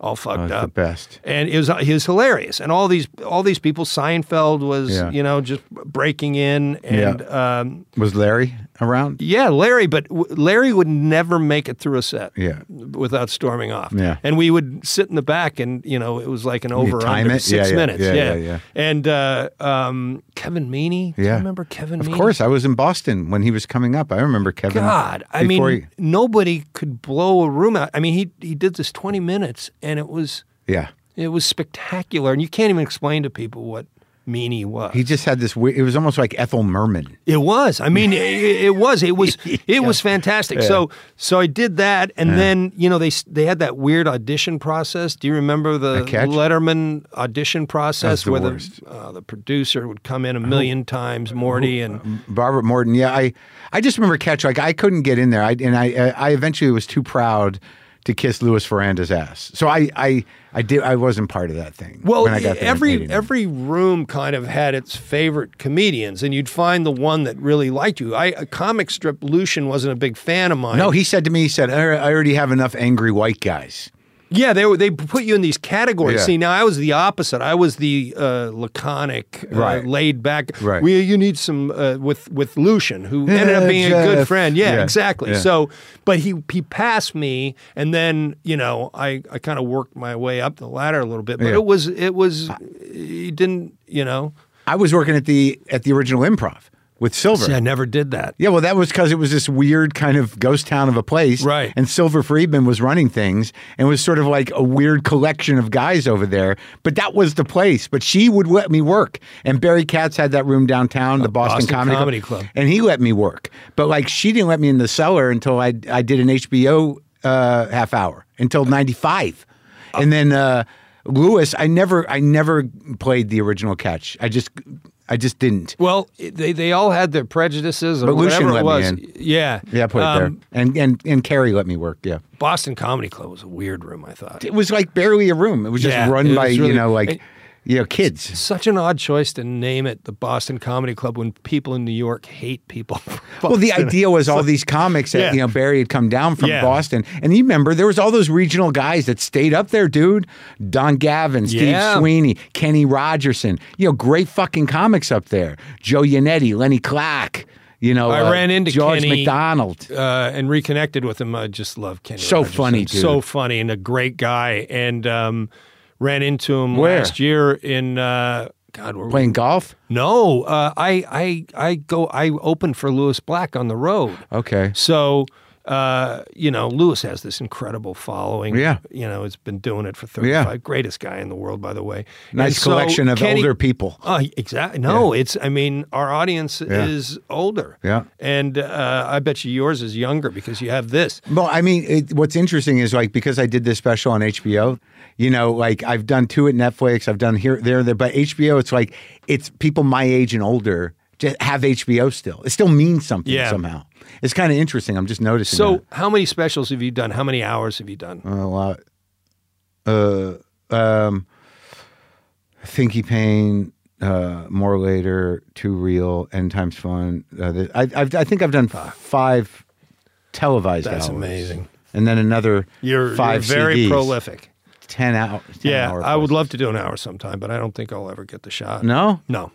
S2: All fucked
S1: That's
S2: up
S1: Oh, the best.
S2: and it was uh, he was hilarious. And all these all these people, Seinfeld was
S1: Yeah.
S2: you know just breaking in, and yeah, um,
S1: Was Larry around?
S2: yeah Larry, but w- Larry would never make it through a set,
S1: Yeah.
S2: without storming off.
S1: Yeah.
S2: and we would sit in the back, and you know it was like an over
S1: time
S2: under
S1: it?
S2: six
S1: Yeah, yeah,
S2: minutes,
S1: yeah, yeah, yeah.
S2: And uh, um, Kevin Meaney, do you
S1: Yeah.
S2: remember Kevin?
S1: Of
S2: Meaney?
S1: course, I was in Boston when he was coming up. I remember Kevin.
S2: God, I mean,
S1: before he-
S2: nobody could blow a room out. I mean, he he did this twenty minutes, and it was.
S1: yeah,
S2: It was spectacular, and you can't even explain to people what Meanie was.
S1: he just had this. Weird, it was almost like Ethel Merman.
S2: it was.
S1: <laughs>
S2: I mean, it, it was. It was. It was fantastic. So, so I did that, and then you know they s- they had that weird audition process. Do you remember the
S1: catch?
S2: Letterman audition process
S1: the
S2: where
S1: worst.
S2: the uh, the producer would come in a million times, Morty, and
S1: Barbara Morton. Yeah, I, I just remember catch. Like I couldn't get in there. I and I, I I eventually was too proud to kiss Louis Ferranda's ass. So I, I, I did. I wasn't part of that thing.
S2: well,
S1: when I got there and
S2: every
S1: hated him.
S2: every room kind of had its favorite comedians, and you'd find the one that really liked you. I a comic strip Lucian wasn't a big fan of mine.
S1: No, he said to me, he said, "I I already have enough angry white guys."
S2: Yeah, they were, they put you in these categories.
S1: Yeah.
S2: See, now I was the opposite. I was the uh, laconic, uh,
S1: Right.
S2: laid back.
S1: Right.
S2: We, you need some uh, with with Lucian, who ended
S1: Yeah,
S2: up being a good
S1: Jeff.
S2: friend. Yeah,
S1: Yeah,
S2: exactly.
S1: yeah.
S2: So, but he he passed me, and then you know I, I kind of worked my way up the ladder a little bit. But
S1: Yeah.
S2: it was it was he didn't you know.
S1: I was working at the at the original Improv with Silver.
S2: See, I never did that.
S1: Yeah, well, that was because it was this weird kind of ghost town of a place.
S2: Right.
S1: And Silver Friedman was running things and was sort of like a weird collection of guys over there. But that was the place. But she would let me work. And Barry Katz had that room downtown, the Boston,
S2: Boston
S1: Comedy,
S2: Comedy Club.
S1: And he let me work. But like she didn't let me in the cellar until I, I did an HBO uh, half hour until 95. And then uh, Lewis, I never I never played the original catch. I just I just didn't.
S2: Well, it- they they all had their prejudices or
S1: But Lucian
S2: whatever it was.
S1: let me
S2: Yeah,
S1: Yeah, I played
S2: Um,
S1: there. And and and Carrie let me work, yeah.
S2: Boston Comedy Club was a weird room. I thought.
S1: it was like barely a room. It was just
S2: Yeah,
S1: run
S2: it
S1: by
S2: was
S1: you
S2: really-
S1: know like
S2: it-
S1: you know kids.
S2: Such an odd choice to name it the Boston Comedy Club when people in New York hate people. <laughs> from
S1: Well, the
S2: Boston.
S1: idea was all these comics that
S2: Yeah.
S1: you know Barry had come down from
S2: Yeah.
S1: Boston, and you remember there was all those regional guys that stayed up there, dude. Don Gavin, Steve
S2: Yeah.
S1: Sweeney, Kenny Rogerson, you know, great fucking comics up there. Joe Yannetti, Lenny Clark, you know, uh,
S2: I ran into
S1: George
S2: Kenny-
S1: McDonald.
S2: uh, and reconnected with him. I just love Kenny.
S1: So
S2: Rogers.
S1: funny, dude.
S2: so funny, and a great guy. And um, ran into him
S1: Where?
S2: last year in uh, God, were we?
S1: Playing golf?
S2: No, uh, I I I go. I open for Lewis Black on the road.
S1: Okay.
S2: So, uh, you know, Lewis has this incredible following.
S1: Yeah.
S2: You know, he's been doing it for 35. Greatest guy in the world, by the way.
S1: Nice
S2: And so
S1: collection of
S2: can he-
S1: older people.
S2: Oh, exactly. No, it's, I mean, our audience is older.
S1: Yeah.
S2: And uh, I bet you yours is younger because you have this.
S1: Well, I mean, it, what's interesting is like because I did this special on HBO, you know, like I've done two at Netflix, I've done here, there, there, but HBO, it's like it's people my age and older just have HBO still. It still means something
S2: Yeah.
S1: somehow. It's kind of interesting. I'm just noticing.
S2: So,
S1: that.
S2: how many specials have you done? How many hours have you done?
S1: a lot. Uh, um, Thinky Pain, uh, More Later, Too Real, End Times Fun. Uh, the, I, I've, I think I've done five televised
S2: That's
S1: hours.
S2: amazing.
S1: And then another
S2: You're,
S1: five
S2: you're very
S1: CDs.
S2: prolific.
S1: 10 out. 10
S2: Yeah.
S1: hour
S2: I would
S1: plays.
S2: love to do an hour sometime, but I don't think I'll ever get the shot.
S1: No?
S2: No.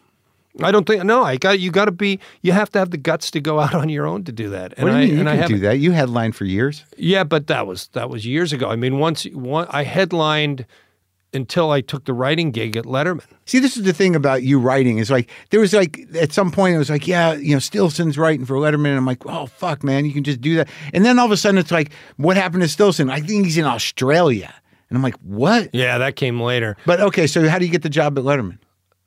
S2: I don't think no. I got you. Got to be. You have to have the guts to go out on your own to do that. And
S1: What do you
S2: I
S1: mean? You
S2: and I
S1: can
S2: haven't-
S1: do that. You headline for years.
S2: Yeah, but that was that was years ago. I mean, once one, I headlined until I took the writing gig at Letterman.
S1: See, this is the thing about you writing. Is like there was like at some point it was like, yeah, you know, Stilson's writing for Letterman. And I'm like, oh fuck, man, you can just do that. And then all of a sudden it's like, what happened to Stilson? I think he's in Australia. And I'm like, what?
S2: Yeah, that came later.
S1: But okay, so how do you get the job at Letterman?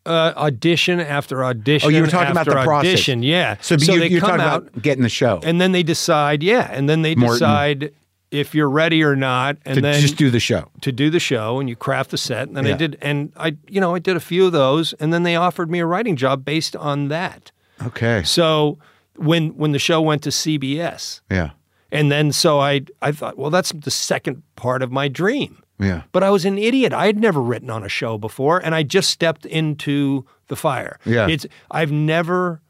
S2: Uh, audition after audition.
S1: Oh, you were talking about
S2: after
S1: the process.
S2: Audition, yeah.
S1: So, you,
S2: they
S1: you're
S2: come
S1: talking
S2: out
S1: about getting the show
S2: and then they decide. Yeah, and then they
S1: Morton.
S2: decide if you're ready or not, and
S1: to
S2: then
S1: just do the show.
S2: to do the show and you craft the set. And then
S1: Yeah.
S2: I did, and I you know I did a few of those, and then they offered me a writing job based on that.
S1: Okay.
S2: So when when the show went to CBS,
S1: Yeah.
S2: And then so I I thought, well, that's the second part of my dream.
S1: Yeah.
S2: But I was an idiot. I had never written on a show before, and I just stepped into the fire.
S1: Yeah.
S2: It's I've never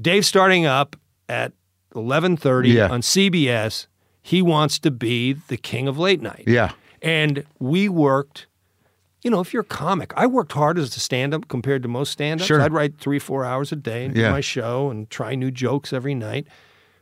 S2: Dave starting up at eleven thirty
S1: Yeah.
S2: on CBS, he wants to be the king of late night.
S1: Yeah.
S2: And we worked you know, if you're a comic, I worked hard as a stand up compared to most stand ups.
S1: Sure.
S2: I'd write three, four hours a day and
S1: Yeah.
S2: do my show and try new jokes every night.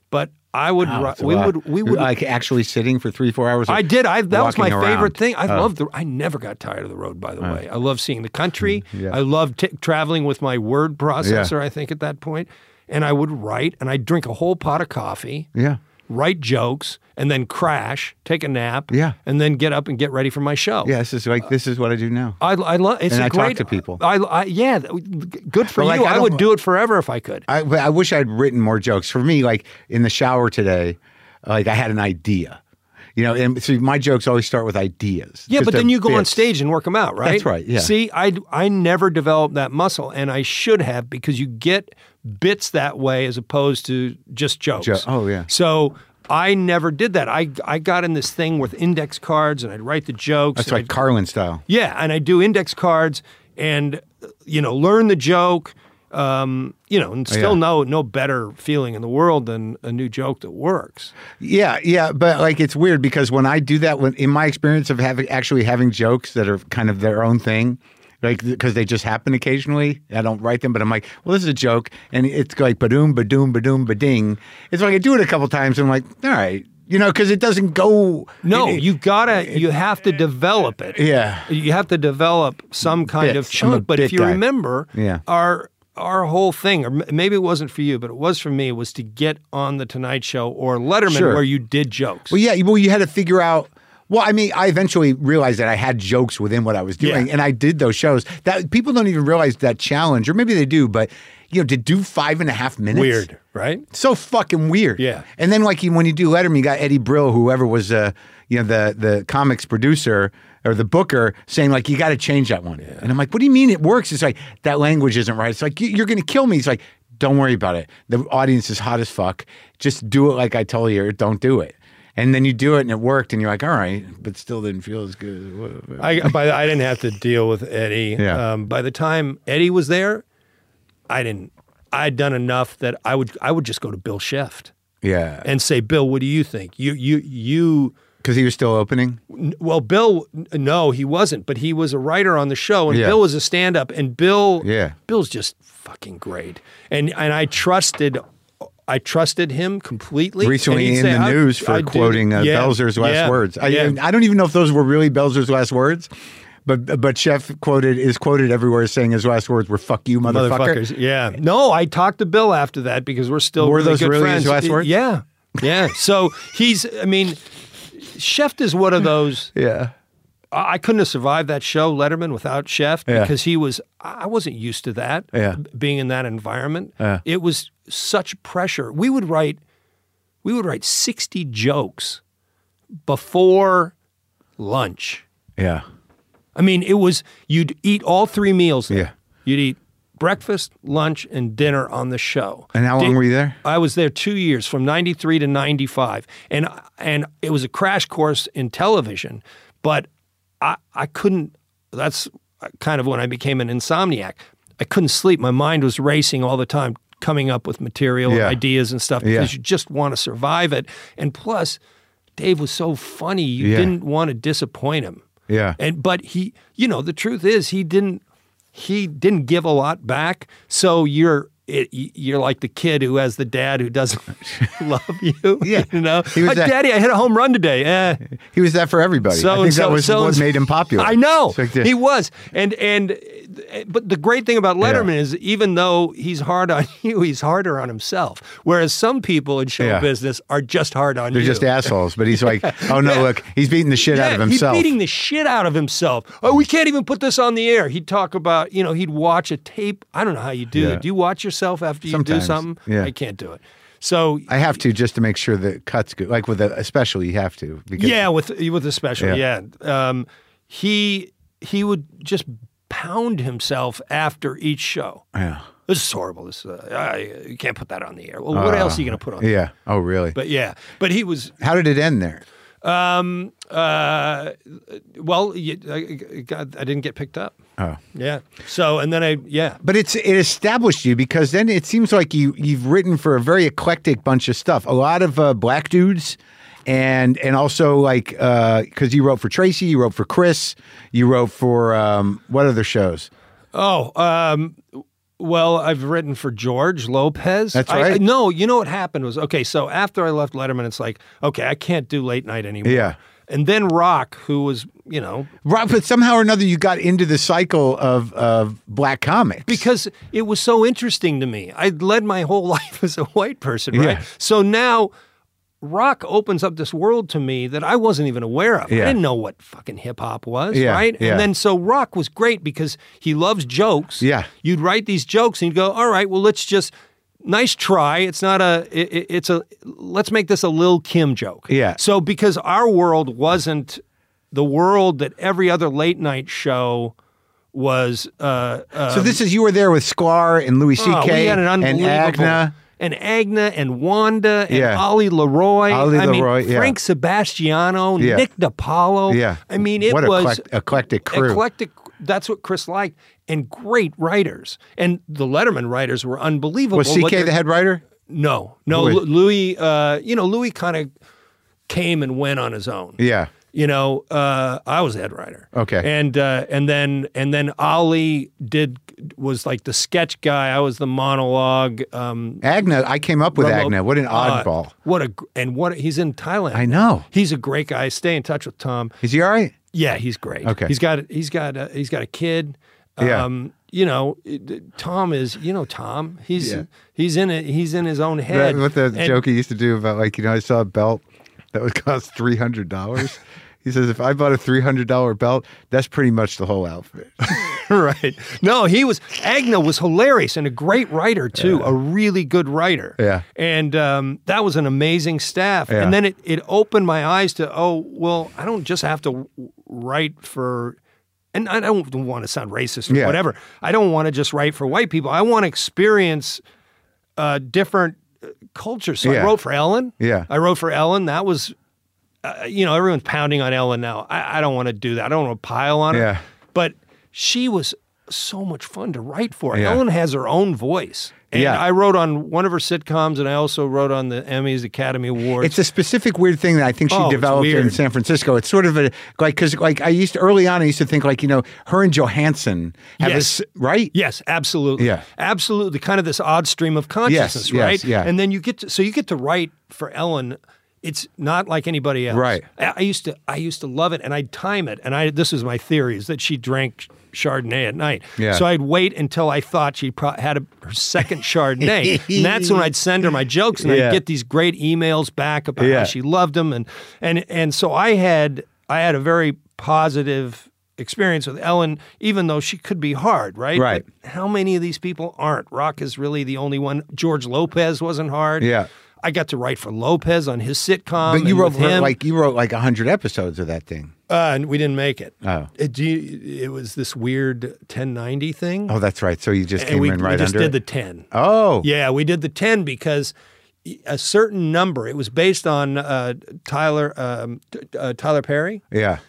S2: But I would,
S1: Wow,
S2: ri-
S1: that's a
S2: we
S1: lot.
S2: would, we
S1: You're,
S2: would,
S1: like actually sitting for three, four hours.
S2: I did. I that was my
S1: walking around. Oh.
S2: favorite thing. I loved the. I never got tired of the road. By the way, I love seeing the country.
S1: Mm,
S2: I loved t- traveling with my word processor. I think at that point, and I would write, and I'd drink a whole pot of coffee,
S1: Yeah.
S2: write jokes, and then crash, take a nap,
S1: Yeah.
S2: and then get up and get ready for my show.
S1: Yeah. This is like this is what I do now.
S2: I, I love it's
S1: And
S2: a
S1: I talk
S2: great
S1: to people.
S2: I, I yeah, th- good for
S1: But, like,
S2: you.
S1: I
S2: I, would
S1: don't-
S2: do it forever if I could.
S1: I, but I wish I'd written more jokes. For me, like in the shower today, like I had an idea, you know. And so my jokes always start with ideas.
S2: Yeah,
S1: just
S2: but
S1: they're
S2: then you go on
S1: bits.
S2: stage and work them out, right?
S1: That's right, yeah.
S2: See, I I never developed that muscle, and I should have because you get bits that way as opposed to just jokes.
S1: Jo- oh, yeah.
S2: So I never did that. I I got in this thing with index cards, and I'd write the jokes.
S1: That's
S2: and
S1: like
S2: I'd-
S1: Carlin style.
S2: Yeah, and I do index cards and you know learn the joke. Um, you know, and still
S1: Oh, yeah.
S2: no no better feeling in the world than a new joke that works.
S1: Yeah, yeah, but like it's weird because when I do that, when in my experience of having actually having jokes that are kind of their own thing. Like, because they just happen occasionally. I don't write them, but I'm like, well, this is a joke. And it's like, badoom, badoom, badoom, bading. It's like, I do it a couple times. And I'm like, all right, you know, because it doesn't go.
S2: No,
S1: it- it-
S2: you gotta you have to develop it.
S1: Yeah.
S2: You have to develop some kind of
S1: Bits. I'm a
S2: chunk. But if
S1: bit
S2: you
S1: guy.
S2: remember
S1: Yeah.
S2: our our whole thing, or m- maybe it wasn't for you, but it was for me, was to get on the Tonight Show or Letterman
S1: Sure.
S2: where you did jokes.
S1: Well, yeah. Well, you had to figure out. Well, I mean, I eventually realized that I had jokes within what I was doing,
S2: Yeah.
S1: and I did those shows. That people don't even realize that challenge, or maybe they do, but you know, to do five and a half minutes,
S2: Weird, right?
S1: so fucking weird.
S2: Yeah.
S1: And then like you- when you do Letterman, you got Eddie Brill, whoever was uh, you know the the comics producer or the booker, saying like you got to change that one. And I'm like, what do you mean it works? It's like that language isn't right. It's like "You- you're gonna kill me. It's like don't worry about it. The audience is hot as fuck. Just do it like I tell you, or don't do it. And then you do it, and it worked, and you're like, all right, but still didn't feel as good. as what-
S2: I by the, I didn't have to deal with Eddie.
S1: <laughs> Yeah.
S2: Um, by the time Eddie was there, I didn't. I'd done enough that I would I would just go to Bill Sheft
S1: Yeah,
S2: and say, Bill, what do you think? You you you.
S1: because he was still opening.
S2: N- Well, Bill, n- no, he wasn't, but he was a writer on the show, and
S1: Yeah.
S2: Bill was a stand-up, and Bill,
S1: Yeah.
S2: Bill's just fucking great, and and I trusted, I trusted him completely.
S1: recently
S2: and he'd
S1: in
S2: say,
S1: the
S2: I-
S1: news for
S2: I do-
S1: quoting uh,
S2: yeah,
S1: Belzer's last
S2: yeah,
S1: words. I,
S2: yeah.
S1: I don't even know if those were really Belzer's last words, But but Chef quoted is quoted everywhere as saying his last words were "fuck you, motherfucker."
S2: Motherfuckers. Yeah. No, I talked to Bill after that because we're still
S1: Were
S2: really
S1: those
S2: good
S1: really his
S2: friends.
S1: last words?
S2: Yeah. Yeah. so he's. I mean, Chef is one of those.
S1: Yeah,
S2: I I couldn't have survived that show, Letterman, without Chef
S1: Yeah.
S2: because he was. I I wasn't used to that.
S1: Yeah.
S2: b- Being in that environment,
S1: Yeah.
S2: it was such pressure. We would write, we would write sixty jokes before lunch.
S1: yeah,
S2: I mean, it was you'd eat all three meals. There.
S1: Yeah.
S2: You'd eat breakfast, lunch, and dinner on the show.
S1: And how long
S2: Did-
S1: were you there?
S2: I was there two years, from '93 to '95, and and it was a crash course in television. But I I couldn't. That's kind of when I became an insomniac. I couldn't sleep. My mind was racing all the time, coming up with material,
S1: Yeah.
S2: ideas, and stuff.
S1: Yeah.
S2: Because you just want to survive it. And plus, Dave was so funny. You
S1: Yeah.
S2: didn't want to disappoint him.
S1: yeah,
S2: And but he, you know, the truth is he didn't he didn't give a lot back. So you're it, you're like the kid who has the dad who doesn't <laughs> love you.
S1: <laughs> Yeah.
S2: you know,
S1: He was
S2: "Oh,
S1: that-
S2: Daddy, I hit a home run today. Eh.
S1: he was that for everybody.
S2: So
S1: I think
S2: and so
S1: that was
S2: so and
S1: what
S2: so-
S1: made him popular.
S2: I know
S1: It's like the-
S2: he was, and and uh, but the great thing about Letterman is even though he's hard on <laughs> you, he's harder on himself. Whereas some people in show
S1: Yeah.
S2: business are just hard on
S1: They're
S2: you.
S1: just assholes, but he's
S2: <laughs>
S1: like, oh no, look, he's beating the shit out of
S2: Yeah,
S1: himself.
S2: He's beating the shit out of himself. Oh, we can't even put this on the air. He'd talk about, you know, he'd watch a tape. I don't know how you do
S1: Yeah.
S2: it. Do you watch yourself after you
S1: Sometimes,
S2: do something?
S1: yeah.
S2: I can't do it. So
S1: I have to just to make sure the cuts good. Like with a, a special, you have to. Because,
S2: yeah, with with the special, yeah. Um, he he would just pound himself after each show.
S1: Yeah.
S2: This is horrible. This uh, I, you can't put that on the air. Well, what else are you going to put on?
S1: Uh, Yeah. Oh, really?
S2: But yeah, but he was
S1: How did it end there?
S2: Um, uh, well, you, I, I- God, I didn't get picked up.
S1: Oh.
S2: Yeah. So, and then I, yeah.
S1: But it's it established you because then it seems like you you've written for a very eclectic bunch of stuff. A lot of uh, black dudes, and and also like because you wrote for Tracy, you wrote for Chris, you wrote for um, what other shows?
S2: Oh, um, well, I've written for George Lopez.
S1: That's
S2: I-
S1: right.
S2: I- no, you know what happened was, okay, so after I left Letterman, it's like, okay, I can't do late night anymore.
S1: Yeah.
S2: And then Rock, who was, you know,
S1: Right, but somehow or another you got into the cycle of of black comics.
S2: because it was so interesting to me. I'd led my whole <laughs> life as a white person, right?
S1: Yeah.
S2: So now rock opens up this world to me that I wasn't even aware of.
S1: Yeah.
S2: I didn't know what fucking hip hop was,
S1: Yeah,
S2: right?
S1: yeah.
S2: And then so rock was great because he loves jokes.
S1: Yeah.
S2: You'd write these jokes and you'd go, "All right, well let's just Nice try. It's not a. It, it- it's a. Let's make this a Lil Kim joke.
S1: Yeah.
S2: So because our world wasn't the world that every other late night show was. Uh, uh,
S1: so this is you were there with Sklar and Louis C.K.
S2: Oh, we had an
S1: and
S2: unbelievable.
S1: Agna.
S2: And Agna and Wanda and
S1: Yeah.
S2: Ollie Leroy.
S1: Ollie
S2: I mean,
S1: Leroy, yeah.
S2: Frank Sebastiano,
S1: Yeah.
S2: Nick DiPaolo.
S1: Yeah,
S2: I mean, it
S1: what
S2: was
S1: eclect- eclectic crew.
S2: eclectic. That's what Chris liked. And great writers. And the Letterman writers were unbelievable.
S1: was
S2: What
S1: C.K.
S2: they're-
S1: the head writer?
S2: No, no.
S1: Who
S2: Lu-
S1: is-
S2: Louis, uh, you know, Louis kind of came and went on his own.
S1: Yeah.
S2: You know, uh, I was the head writer.
S1: Okay.
S2: And uh, and then and then Ali did was like the sketch guy. I was the monologue. Um,
S1: Agna, I came up with Agna. What an
S2: uh,
S1: oddball.
S2: what a gr- and what a- he's in Thailand.
S1: I know.
S2: He's a great guy. Stay in touch with Tom.
S1: Is he all right?
S2: Yeah, he's great.
S1: Okay.
S2: He's got he's got a, he's got a kid.
S1: Yeah.
S2: Um, you know, it- Tom is you know Tom. He's
S1: Yeah.
S2: he's in it. He's in his own head.
S1: That- what the
S2: And-
S1: joke he used to do about like you know I saw a belt that would <laughs> cost three hundred <laughs> dollars. he says if I bought a three hundred dollar belt, that's pretty much the whole outfit.
S2: <laughs> right. No, he was Agna was hilarious and a great writer too, a really good writer.
S1: Yeah.
S2: And um, that was an amazing staff.
S1: Yeah.
S2: And then it, it opened my eyes to oh well, I don't just have to w- write for. And I don't want to sound racist or
S1: Yeah.
S2: whatever. I don't want to just write for white people. I want to experience uh, different uh, cultures. So
S1: Yeah.
S2: I wrote for Ellen.
S1: Yeah.
S2: I wrote for Ellen. That was, uh, you know, everyone's pounding on Ellen now. I, I don't want to do that. I don't want to pile on her.
S1: Yeah.
S2: But she was so much fun to write for.
S1: Yeah.
S2: Ellen has her own voice. And
S1: Yeah.
S2: I wrote on one of her sitcoms and I also wrote on the Emmys, Academy
S1: <laughs>
S2: Awards.
S1: It's a specific weird thing that I think she
S2: Oh, it's
S1: developed in
S2: weird.
S1: San Francisco. It's sort of a like because like I used to early on I used to think like you know her and Johansson have
S2: Yes.
S1: this right
S2: Yes, absolutely.
S1: Yeah.
S2: Absolutely. Kind of this odd stream of consciousness,
S1: yes,
S2: right?
S1: yeah.
S2: And then you get to, so you get to write for Ellen it's not like anybody else.
S1: Right.
S2: I, I used to I used to love it, and I'd time it, and I this was my theory is that she drank Chardonnay at night.
S1: Yeah.
S2: So I'd wait until I thought she pro- had a, her second Chardonnay, and that's when I'd send her my jokes,
S1: <laughs>
S2: and
S1: Yeah.
S2: I'd get these great emails back about
S1: Yeah.
S2: how she loved them, and and and so I had I had a very positive experience with Ellen, even though she could be hard, right?
S1: Right.
S2: But how many of these people aren't? Rock is really the only one. George Lopez wasn't hard.
S1: Yeah.
S2: I got to write for Lopez on his sitcom.
S1: But you
S2: um, and
S1: wrote
S2: with
S1: for-
S2: him.
S1: like you wrote like hundred episodes of that thing.
S2: uh, and we didn't make it.
S1: Oh.
S2: It, do you- it was this weird 1090 thing,
S1: Oh, that's right. So you just
S2: and
S1: came
S2: we,
S1: in
S2: we
S1: right
S2: just
S1: under.
S2: did the
S1: it.
S2: 10.
S1: oh,
S2: Yeah, we did the 10 because a certain number. It was based on uh, Tyler um, t- uh, Tyler Perry
S1: yeah,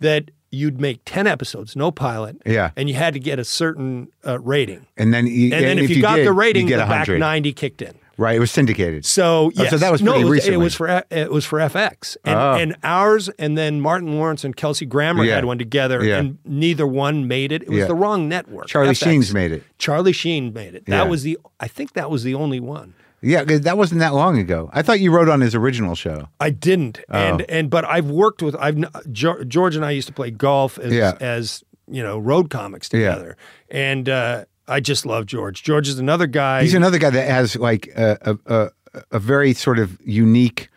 S2: that you'd make 10 episodes, no pilot.
S1: Yeah.
S2: and you had to get a certain uh, rating.
S1: and then you,
S2: And then if, you, got
S1: did,
S2: the rating,
S1: you get
S2: the back
S1: 100.
S2: ninety kicked in.
S1: Right, it was syndicated.
S2: So
S1: so
S2: yes.
S1: that was
S2: no,
S1: pretty
S2: it was,
S1: recently.
S2: It was for it was for FX and,
S1: Oh.
S2: and ours, and then Martin Lawrence and Kelsey Grammer
S1: Yeah.
S2: had one together,
S1: Yeah.
S2: and neither one made it. It was
S1: Yeah.
S2: the wrong network.
S1: Charlie
S2: FX.
S1: Sheen's made it.
S2: Charlie Sheen made it. That
S1: Yeah.
S2: was the. I think that was the only one.
S1: Yeah, 'cause that wasn't that long ago. I thought you wrote on his original show.
S2: I didn't,
S1: Oh.
S2: and and but I've worked with I've kn- Geor- George and I used to play golf as
S1: Yeah.
S2: as you know road comics
S1: Yeah.
S2: together, and uh, I just love George. George is another guy.
S1: He's another guy that has like a a, a, a very sort of unique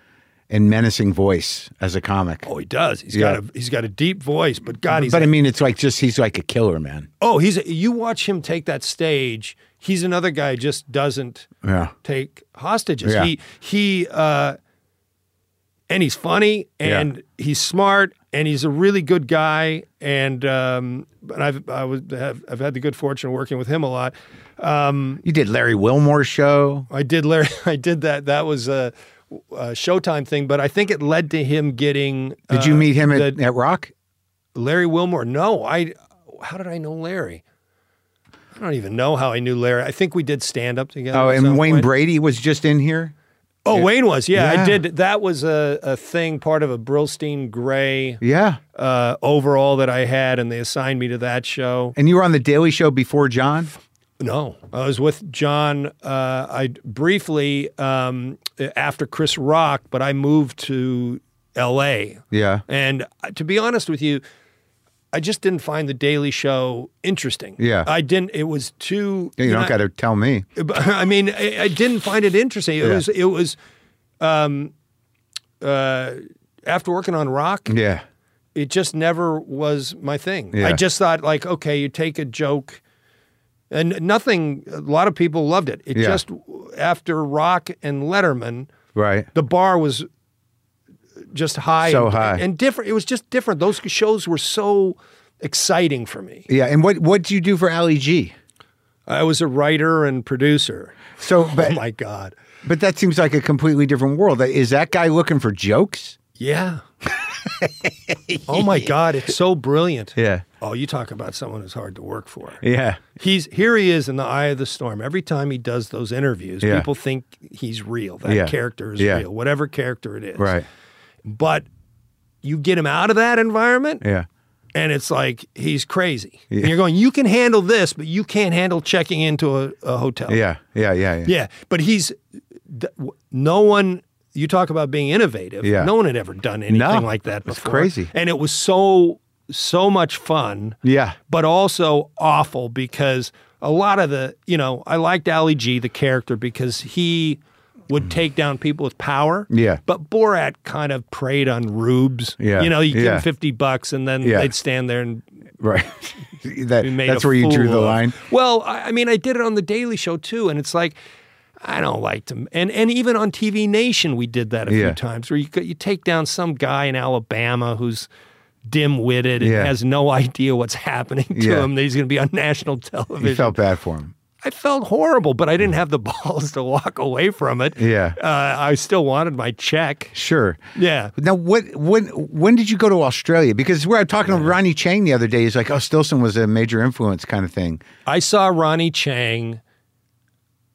S1: and menacing voice as a comic.
S2: oh, he does. He's
S1: Yeah.
S2: got a he's got a deep voice, but God, he's
S1: but I mean, it's like just he's like a killer man.
S2: oh he's a, you watch him take that stage. He's another guy who just doesn't
S1: Yeah.
S2: take hostages.
S1: Yeah.
S2: He he uh, and he's funny
S1: Yeah.
S2: and he's smart and he's a really good guy and um, and I've I was have, I've had the good fortune of working with him a lot.
S1: You did Larry Wilmore's show.
S2: I did Larry. <laughs> I did that. That was a, a Showtime thing, but I think it led to him getting.
S1: Did
S2: uh,
S1: you meet him at, at Rock?
S2: Larry Wilmore? No, I. How did I know Larry? I don't even know how I knew Larry. I think we did stand up together.
S1: Oh,
S2: at some
S1: and Wayne
S2: point.
S1: Brady was just in here.
S2: Oh, Wayne was. Yeah,
S1: Yeah.
S2: I did. That was a, a thing, part of a Brillstein Gray
S1: Yeah,
S2: uh, overall that I had, and they assigned me to that show.
S1: and you were on the Daily Show before John.
S2: No, I was with John. Uh, I briefly um, after Chris Rock, but I moved to L.A.
S1: Yeah,
S2: And uh, to be honest with you, I just didn't find the Daily Show interesting.
S1: Yeah.
S2: I didn't. It was too.
S1: you don't
S2: know,
S1: got to tell me.
S2: but, <laughs> I mean, I, I didn't find it interesting. It
S1: Yeah.
S2: was, it was, um, uh, after working on rock,
S1: Yeah,
S2: it just never was my thing.
S1: Yeah.
S2: I just thought like, okay, you take a joke and nothing, a lot of people loved it. It
S1: Yeah.
S2: just, after rock and Letterman,
S1: right.
S2: the bar was just high.
S1: So
S2: and,
S1: high.
S2: And different. It was just different. Those shows were so exciting for me.
S1: Yeah, and what what did you do for Ali G?
S2: I was a writer and producer.
S1: So, but
S2: oh my God.
S1: But that seems like a completely different world. Is that guy looking for jokes?
S2: Yeah. oh
S1: <laughs>
S2: my God, it's so brilliant.
S1: Yeah.
S2: Oh, you talk about someone who's hard to work for.
S1: Yeah.
S2: He's here he is in the eye of the storm. Every time he does those interviews,
S1: Yeah.
S2: people think he's real. That
S1: Yeah.
S2: character is
S1: Yeah.
S2: real, whatever character it is.
S1: Right.
S2: But you get him out of that environment
S1: Yeah.
S2: and it's like he's crazy. And you're going, you can handle this, but you can't handle checking into a, a hotel.
S1: Yeah. Yeah. Yeah. Yeah.
S2: Yeah, but he's th- w- no one. You talk about being innovative.
S1: Yeah.
S2: no one had ever done anything
S1: No,
S2: like that before.
S1: it's crazy.
S2: and it was so so much fun.
S1: Yeah.
S2: but also awful because a lot of the you know I liked Ali G the character because he would take down people with power.
S1: Mm. Yeah.
S2: but Borat kind of preyed on rubes.
S1: Yeah,
S2: you know, you give
S1: yeah.
S2: him fifty bucks and then
S1: Yeah.
S2: they'd stand there and
S1: Right. <laughs> that,
S2: we made
S1: that's
S2: a
S1: where you drew
S2: fool
S1: the
S2: of.
S1: line.
S2: Well, I, I mean, I did it on the Daily Show too, and it's like I don't like to, and and even on TV Nation we did that a
S1: Yeah.
S2: few times where you go- you take down some guy in Alabama who's dim-witted and
S1: Yeah.
S2: has no idea what's happening to
S1: Yeah.
S2: him that he's going to be on <laughs> national
S1: You
S2: television.
S1: felt bad for him.
S2: I felt horrible, but I didn't have the <laughs> balls to walk away from it. <laughs>
S1: Yeah.
S2: uh, I still wanted my check.
S1: Sure.
S2: Yeah.
S1: Now, what when when did you go to Australia? Because where I'm talking to Ronnie Chang the other day, he's like, "Oh, Stilson was a major influence," kind of thing.
S2: I saw Ronnie Chang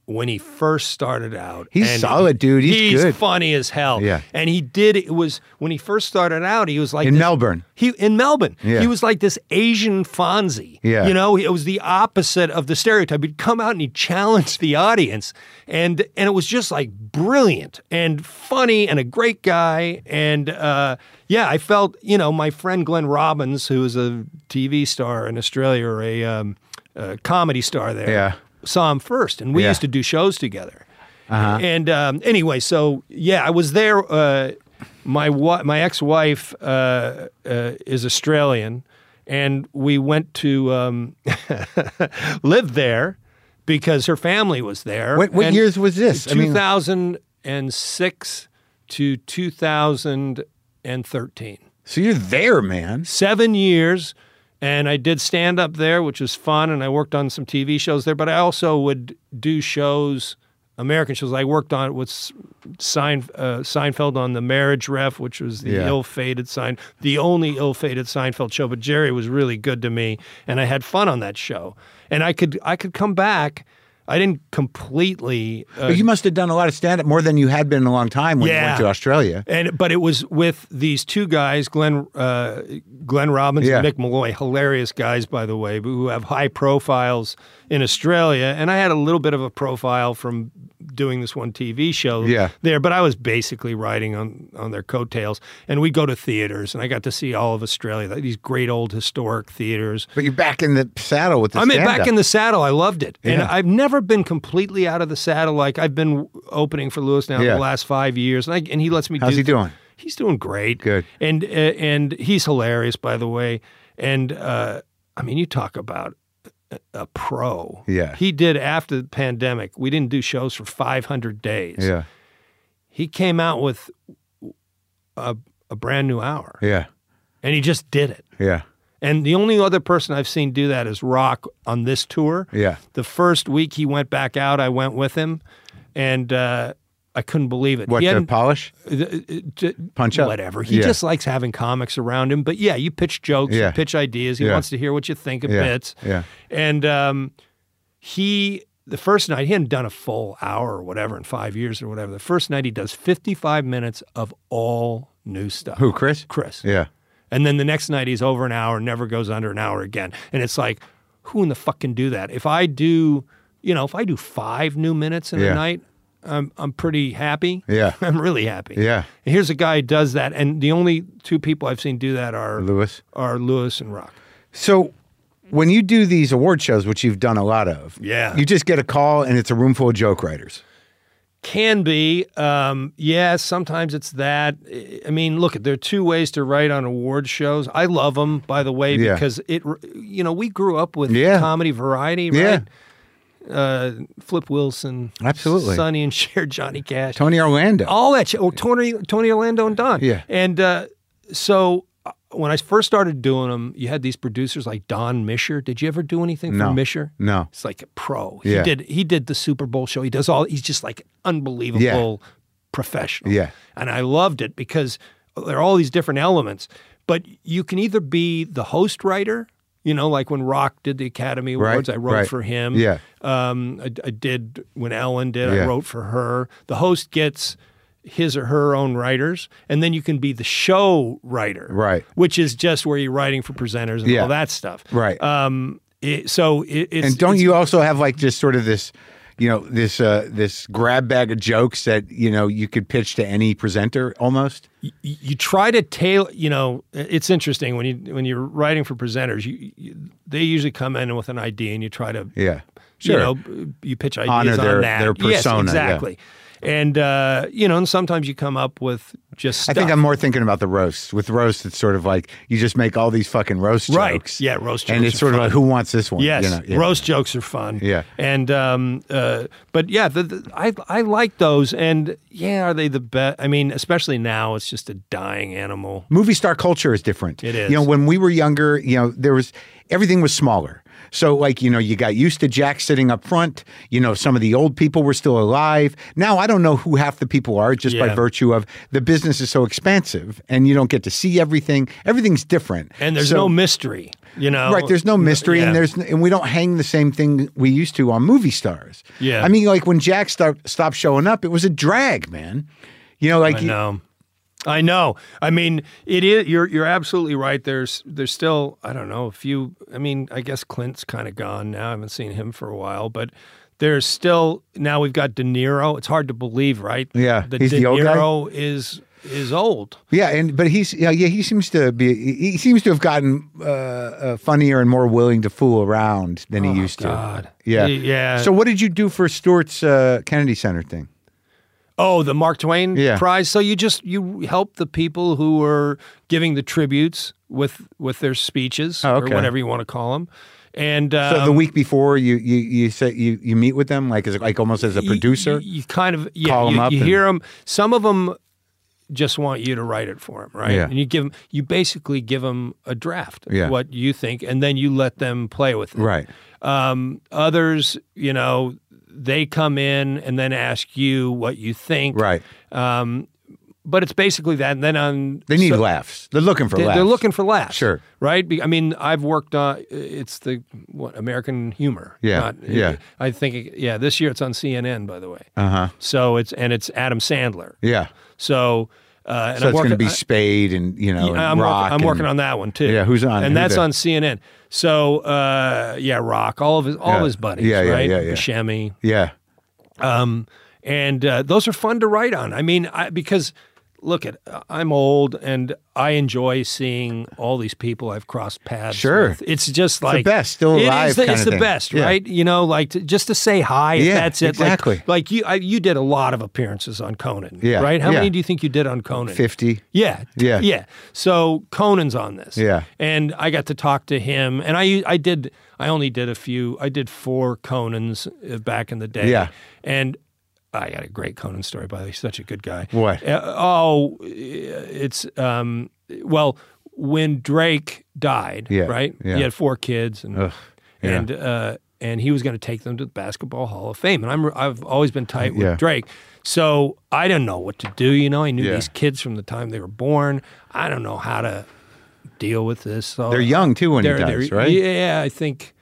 S2: when he first started out.
S1: He's
S2: And
S1: solid, dude. He's good.
S2: funny as hell.
S1: Yeah.
S2: And he did it was when he first started out, he was like
S1: In
S2: this-
S1: Melbourne.
S2: He in Melbourne.
S1: Yeah.
S2: He was like this Asian Fonzie.
S1: Yeah.
S2: You know, it was the opposite of the stereotype. He'd come out and he'd challenge the audience. And and it was just like brilliant and funny and a great guy. And uh, yeah, I felt, you know, my friend Glenn Robbins, who is a TV star in Australia or a, um, a comedy star there,
S1: Yeah.
S2: saw him first. And we
S1: Yeah.
S2: used to do shows together.
S1: Uh-huh.
S2: And um, anyway, so yeah, I was there. Uh, my wa- my ex wife uh, uh, is Australian, and we went to um, <laughs> live there because her family was there.
S1: What- what
S2: And
S1: years was this? I mean-
S2: 2006 to 2013.
S1: So you're there, man.
S2: Seven years. And I did stand up there, which was fun. And I worked on some TV shows there, but I also would do shows, American shows. I worked on with Sein, uh, Seinfeld on The Marriage Ref, which was the
S1: Yeah.
S2: ill fated Sein, the only ill fated Seinfeld show. But Jerry was really good to me, and I had fun on that show. And I could I could come back. I didn't completely uh,
S1: But you must have done a lot of stand up more than you had been in a long time when you
S2: Yeah.
S1: went to Australia.
S2: And but it was with these two guys, Glenn uh, Glenn Robbins and
S1: Yeah.
S2: Mick Malloy, hilarious guys by the way, who have high profiles in Australia. And I had a little bit of a profile from doing this one TV show
S1: Yeah.
S2: there, but I was basically riding on on their coattails. And we go to theaters, and I got to see all of Australia, like these great old historic theaters.
S1: But you're back in the saddle with the
S2: I'm in-
S1: stand-up.
S2: back in the saddle. I loved it, and
S1: Yeah.
S2: I've never been completely out of the saddle. Like I've been opening for Lewis now
S1: Yeah.
S2: the last five years, and I, and he lets me.
S1: How's
S2: do
S1: he
S2: th-
S1: doing?
S2: He's doing great.
S1: Good.
S2: and uh, and he's hilarious, by the way. And uh, I mean, you talk about a, a pro.
S1: Yeah.
S2: he did after the pandemic. We didn't do shows for 500 days.
S1: Yeah.
S2: he came out with a a brand new hour,
S1: Yeah.
S2: and he just did it.
S1: Yeah.
S2: And the only other person I've seen do that is Rock on this tour.
S1: Yeah.
S2: The first week he went back out, I went with him, and uh, I couldn't believe it.
S1: What
S2: he
S1: to
S2: hadn't-
S1: polish?
S2: th- th- th-
S1: Punch up.
S2: Whatever. He
S1: Yeah.
S2: just likes having comics around him. But yeah, you pitch jokes,
S1: Yeah.
S2: you pitch ideas. He
S1: Yeah.
S2: wants to hear what you think of
S1: Yeah.
S2: bits.
S1: Yeah.
S2: And um, he, the first night, he hadn't done a full hour or whatever in five years or whatever. The first night, he does 55 minutes of all new stuff.
S1: Who, Chris?
S2: Chris.
S1: Yeah.
S2: And then the next night he's over an hour, never goes under an hour again. And it's like, who in the fuck can do that? If I do, you know, if I do five new minutes in
S1: Yeah.
S2: a night, I'm I'm pretty happy.
S1: Yeah.
S2: <laughs> I'm really happy.
S1: Yeah.
S2: And here's a guy who does that, and the only two people I've seen do that are
S1: Lewis.
S2: are Lewis and Rock.
S1: So when you do these award shows, which you've done a lot of,
S2: Yeah.
S1: you just get a call and it's a room full of joke writers.
S2: Can be, um, yeah. Sometimes it's that. I- I mean, look, there are two ways to write on award shows. I love them, by the way,
S1: Yeah.
S2: because it. You know, we grew up with
S1: Yeah.
S2: comedy variety, right?
S1: Yeah.
S2: uh, Flip Wilson,
S1: Absolutely.
S2: Sonny and Cher, Johnny Cash,
S1: Tony Orlando.
S2: all that shit. Or Tony, Tony Orlando and Don.
S1: Yeah.
S2: And uh, so uh, when I first started doing them, you had these producers like Don Misher. Did you ever do anything
S1: No.
S2: for Misher?
S1: No.
S2: It's like a pro.
S1: Yeah.
S2: He did. He did the Super Bowl show. He does all. He's just like unbelievable professional.
S1: Yeah.
S2: And I loved it because there are all these different elements. But you can either be the host writer, you know, like when Rock did the Academy Awards,
S1: Right,
S2: I wrote
S1: right.
S2: for him.
S1: Yeah.
S2: Um, I, I did when Ellen did.
S1: Yeah.
S2: I wrote for her. The host gets his or her own writers, and then you can be the show writer,
S1: Right.
S2: Which is just where you're writing for presenters and
S1: Yeah.
S2: all that stuff,
S1: Right.
S2: Um, it, so it, it's
S1: and don't
S2: it's-
S1: you also have like just sort of this, you know, this uh, this grab bag of jokes that you know you could pitch to any presenter almost?
S2: y- you try to tailor. You know, it's interesting when you when you're writing for presenters, you, you they usually come in with an idea, and you try to
S1: Yeah.
S2: you know, b- you pitch ideas
S1: Honor
S2: on
S1: their-
S2: that.
S1: their persona, yeah.
S2: yes, exactly. And uh, you know, and sometimes you come up with
S1: I
S2: just stuff.
S1: think I'm more thinking about the roasts. With roasts, it's sort of like you just make all these fucking roast
S2: Right.
S1: jokes.
S2: Yeah, roast
S1: And
S2: jokes
S1: it's
S2: are
S1: sort of
S2: fun.
S1: like who wants this one?
S2: Yes,
S1: You know, yeah.
S2: roast jokes are fun.
S1: Yeah.
S2: and um, uh, but yeah, the, the, I I like those, and yeah, are they the best? I mean, especially now, it's just a dying animal.
S1: movie star culture is different.
S2: It
S1: You know,
S2: is.
S1: when we were younger, you know, there was everything was smaller. So, like, you know, you got used to Jack sitting up front. You know, some of the old people were still alive. Now, I don't know who half the people are just by
S2: Yeah.
S1: virtue of the business is so expansive and you don't get to see everything. Everything's different.
S2: And there's
S1: So-
S2: no mystery, you know.
S1: Right, there's no mystery,
S2: Oh, yeah.
S1: and there's and we don't hang the same thing we used to on movie stars.
S2: Yeah.
S1: I mean, like when Jack start, stopped showing up, it was a drag, man. You know, like
S2: I know. I know. I mean, it is. You're you're absolutely right. There's there's still I don't know a few. I mean, I guess Clint's kind of gone now. I haven't seen him for a while, but there's still now we've got De Niro. It's hard to believe, right?
S1: Yeah,
S2: that
S1: he's
S2: De
S1: the old guy?
S2: Niro is is old.
S1: yeah, and but he's yeah, yeah he seems to be he he seems to have gotten uh, uh, funnier and more willing to fool around than he used
S2: Oh, God.
S1: to. Yeah,
S2: Y- yeah.
S1: So what did you do for Stewart's uh, Kennedy Center thing?
S2: Oh, the Mark Twain
S1: Yeah.
S2: prize. So you just you help the people who were giving the tributes with with their speeches
S1: Oh, okay.
S2: or whatever you want to call them. And
S1: So
S2: um,
S1: the week before, you you you say you you meet with them like as like almost as a
S2: you-
S1: producer.
S2: You, you kind of yeah,
S1: Call 'em
S2: you,
S1: up
S2: you
S1: and-
S2: hear them. Some of them just want you to write it for them, right?
S1: Yeah.
S2: And you give 'em- you basically give them a draft of
S1: Yeah.
S2: what you think, and then you let them play with it.
S1: right.
S2: Um, others, you know, they come in and then ask you what you think.
S1: Right.
S2: Um, but it's basically that. And then on
S1: They need
S2: so-
S1: laughs. They're looking for
S2: they-
S1: laughs.
S2: They're looking for laughs.
S1: Sure.
S2: Right? Be- I mean, I've worked on it's the what American humor.
S1: Yeah, yeah.
S2: I think it- yeah, this year it's on CNN by the way.
S1: Uh-huh.
S2: So it's and it's Adam Sandler.
S1: Yeah.
S2: So uh and
S1: So
S2: I'm
S1: it's going to
S2: working-
S1: be
S2: I-
S1: Spade and you know and
S2: I'm, work-
S1: Rock.
S2: I'm
S1: and-
S2: working on that one too.
S1: Yeah, who's on-
S2: And
S1: who's
S2: that's
S1: there?
S2: on CNN. So uh, yeah, Rock, all of his, all
S1: Yeah.
S2: his buddies,
S1: Yeah, yeah,
S2: right?
S1: yeah, yeah.
S2: Buscemi,
S1: Yeah,
S2: and uh, those are fun to write on. I mean, I, because look at I'm old and I enjoy seeing all these people I've crossed paths.
S1: Sure.
S2: with. it's just like
S1: best, still
S2: it is
S1: alive
S2: the-
S1: kind
S2: it's
S1: of
S2: the
S1: thing.
S2: best,
S1: Yeah.
S2: right? You know, like to, just to say hi. If
S1: Yeah,
S2: that's it. Like-
S1: exactly.
S2: Like, you, I, you did a lot of appearances on Conan.
S1: Yeah,
S2: right. How
S1: yeah.
S2: many do you think you did on Conan?
S1: fifty.
S2: Yeah. t-
S1: Yeah.
S2: Yeah. So Conan's on this.
S1: Yeah.
S2: And I got to talk to him and I I did I only did a few. I did four Conans uh, back in the day.
S1: Yeah.
S2: And I got a great Conan story by the way. He's such a good guy.
S1: What?
S2: Uh, oh, uh, it's um well, when Drake died,
S1: Yeah,
S2: right?
S1: yeah.
S2: He had four kids and
S1: yeah.
S2: and uh and he was going to take them to the Basketball Hall of Fame, and I'm I've always been tight with
S1: Yeah.
S2: Drake, so I didn't know what to do. You know, I knew
S1: Yeah.
S2: these kids from the time they were born. I don't know how to deal with this. So
S1: They're young too when he dies, right?
S2: Yeah, I think.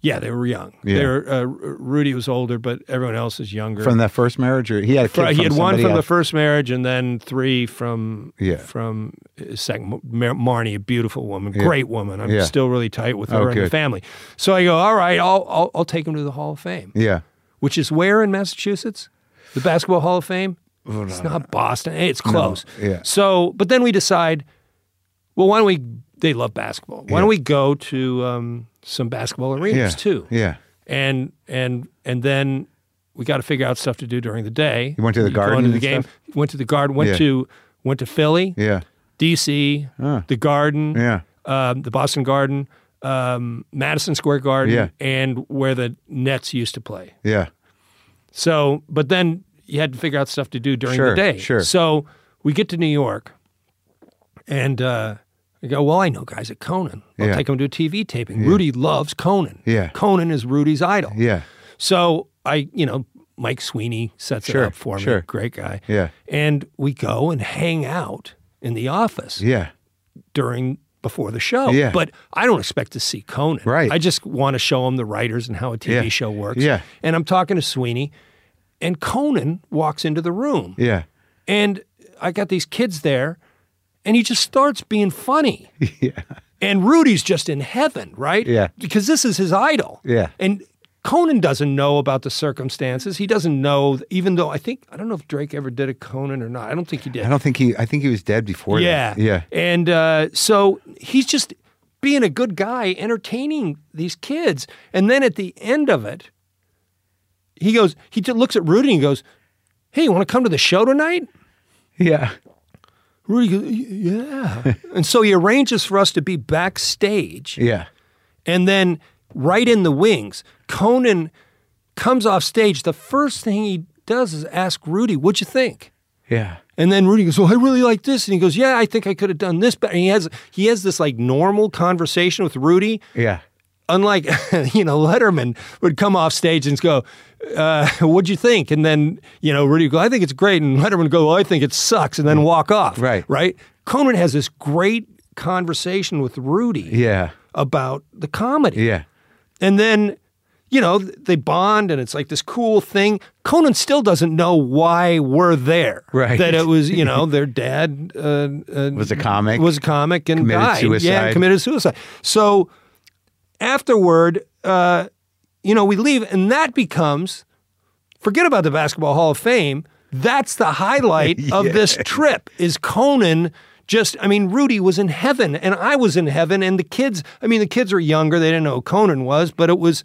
S2: Yeah, they were young.
S1: Yeah.
S2: They were, uh, Rudy was older, but everyone else is younger.
S1: From that first marriage, or he had a kid
S2: Right, he
S1: from
S2: had one
S1: somebody
S2: from the
S1: else.
S2: first marriage, and then three from
S1: Yeah.
S2: from his second Mar- Marnie, a beautiful woman, great woman. I'm
S1: Yeah. Oh,
S2: still really tight with her and the
S1: good.
S2: family. So I go, all right, I'll, I'll I'll take him to the Hall of Fame,
S1: Yeah,
S2: which is where in Massachusetts, the Basketball Hall of Fame. It's not Boston. Hey, It's close.
S1: yeah.
S2: So, but then we decide, well, why don't we? They love basketball. Why don't we go to um, some basketball
S1: yeah,
S2: arenas too?
S1: Yeah,
S2: and and and then we got to figure out stuff to do during the day.
S1: You went to the
S2: go
S1: garden
S2: into the
S1: and
S2: game.
S1: stuff?
S2: Went to the garden. Went
S1: Yeah.
S2: to went to Philly,
S1: yeah, Ah.
S2: D.C., the garden,
S1: yeah.
S2: um, the Boston Garden, um, Madison Square Garden,
S1: Yeah.
S2: and where the Nets used to play.
S1: Yeah,
S2: So, but then you had to figure out stuff to do during
S1: Sure,
S2: the day.
S1: sure.
S2: So we get to New York, and uh, I go, well, I know guys at Conan. I'll
S1: Yeah.
S2: take them to a TV taping. Rudy loves Conan.
S1: Yeah.
S2: Conan is Rudy's idol.
S1: yeah,
S2: So I, you know, Mike Sweeney sets
S1: Sure,
S2: it up for me.
S1: sure.
S2: Great guy.
S1: Yeah.
S2: And we go and hang out in the office
S1: yeah.
S2: during before the show.
S1: Yeah.
S2: But I don't expect to see Conan.
S1: Right.
S2: I just want to show him the writers and how a TV
S1: Yeah.
S2: show works.
S1: Yeah.
S2: And I'm talking to Sweeney, and Conan walks into the room.
S1: Yeah.
S2: And I got these kids there, and he just starts being funny.
S1: <laughs> Yeah.
S2: And Rudy's just in heaven, right?
S1: Yeah.
S2: Because this is his idol.
S1: Yeah.
S2: And Conan doesn't know about the circumstances. He doesn't know, even though I think, I don't know if Drake ever did a Conan or not. I don't think he did.
S1: I don't think he. I think he was dead before.
S2: yeah.
S1: That. Yeah.
S2: And uh, so he's just being a good guy, entertaining these kids. And then at the end of it, he goes, he t- looks at Rudy and goes, Hey, you want to come to the show tonight?
S1: Yeah.
S2: Rudy goes, "Y- Yeah. and so he arranges for us to be backstage.
S1: Yeah.
S2: and then right in the wings, Conan comes off stage. The first thing he does is ask Rudy, "What'd you think?"
S1: Yeah.
S2: And then Rudy goes, "Well, I really like this," and he goes, "Yeah, I think I could have done this better." And he has he has this like normal conversation with Rudy
S1: Yeah.
S2: unlike <laughs> you know Letterman would come off stage and go, uh, "What'd you think?" And then you know Rudy would go, "I think it's great," and Letterman would go, well, "I think it sucks," and then walk off.
S1: Mm. Right.
S2: right. Conan has this great conversation with Rudy
S1: Yeah.
S2: about the comedy,
S1: Yeah.
S2: and then you know they bond, and it's like this cool thing. Conan still doesn't know why we're there.
S1: Right.
S2: that it
S1: <laughs>
S2: was you know their dad uh, uh,
S1: Was a comic.
S2: was a comic and
S1: Committed
S2: died. Yeah,
S1: suicide.
S2: and committed suicide. So afterward, uh, you know, we leave, and that becomes forget about the Basketball Hall of Fame. That's the
S1: <laughs>
S2: highlight of this trip. Is Conan just? I mean, Rudy was in heaven, and I was in heaven, and the kids. I mean, the kids were younger; they didn't know who Conan was, but it was.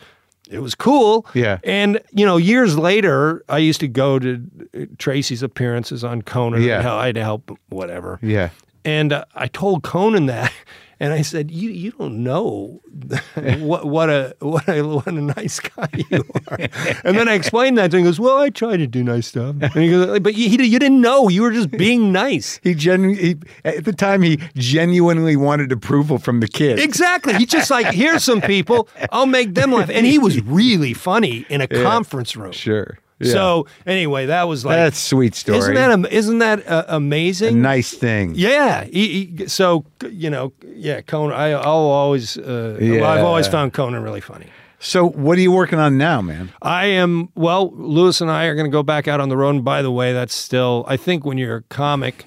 S2: It was cool.
S1: Yeah.
S2: And, you know, years later, I used to go to uh, Tracy's appearances on Conan.
S1: Yeah.
S2: And hel- I'd help, whatever.
S1: Yeah.
S2: And uh, I told Conan that, <laughs> and I said, "You you don't know <laughs> what what a what a what a nice guy <laughs> you are." and then I explained that to him. He goes, "Well, I try to do nice stuff." And he goes, "But you, he, you didn't know. You were just being nice."
S1: He genu- he, at the time he genuinely wanted approval from the kids.
S2: Exactly. He's just like, here's some people. I'll make them laugh. And he was really funny in a conference room.
S1: Sure. Yeah.
S2: So anyway, that was like
S1: that's a sweet story.
S2: Isn't that am- isn't that uh, amazing?
S1: nice thing?
S2: Yeah. He, he, so you know, yeah, Conan. I, I'll always. Uh,
S1: Yeah.
S2: I've always found Conan really funny.
S1: So what are you working on now, man?
S2: I am well. Lewis and I are going to go back out on the road. And by the way, that's still. I think when you're a comic,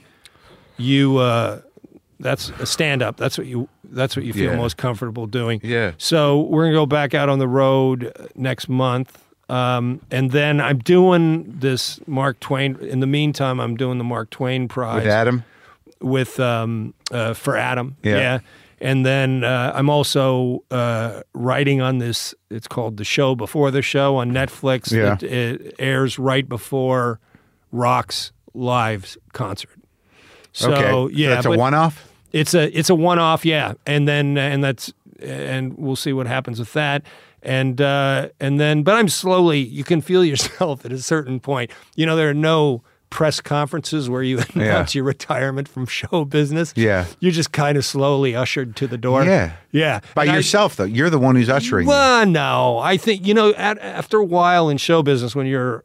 S2: you uh, that's a stand up. That's what you. That's what you feel
S1: Yeah.
S2: most comfortable doing.
S1: Yeah.
S2: So we're going to go back out on the road uh, next month. Um, and then I'm doing this Mark Twain. In the meantime, I'm doing the Mark Twain Prize
S1: With Adam?
S2: with um, uh, for Adam.
S1: Yeah.
S2: And then uh, I'm also uh, writing on this. It's called the show before the show on Netflix.
S1: Yeah.
S2: It, it airs right before Rock's live concert. So
S1: okay. So
S2: yeah,
S1: that's a
S2: but
S1: one-off.
S2: It's a it's a one off. Yeah, and then and that's and we'll see what happens with that. And uh, and then, but I'm slowly. You can feel <laughs> yourself at a certain point. You know, there are no press conferences where you <laughs> announce your retirement from <laughs> show business.
S1: Yeah.
S2: you're just kind of slowly ushered to the door.
S1: Yeah.
S2: yeah.
S1: By
S2: And I-
S1: yourself, though. You're the one who's ushering. it.
S2: well, no, I think you know. At, after a while in show business, when you're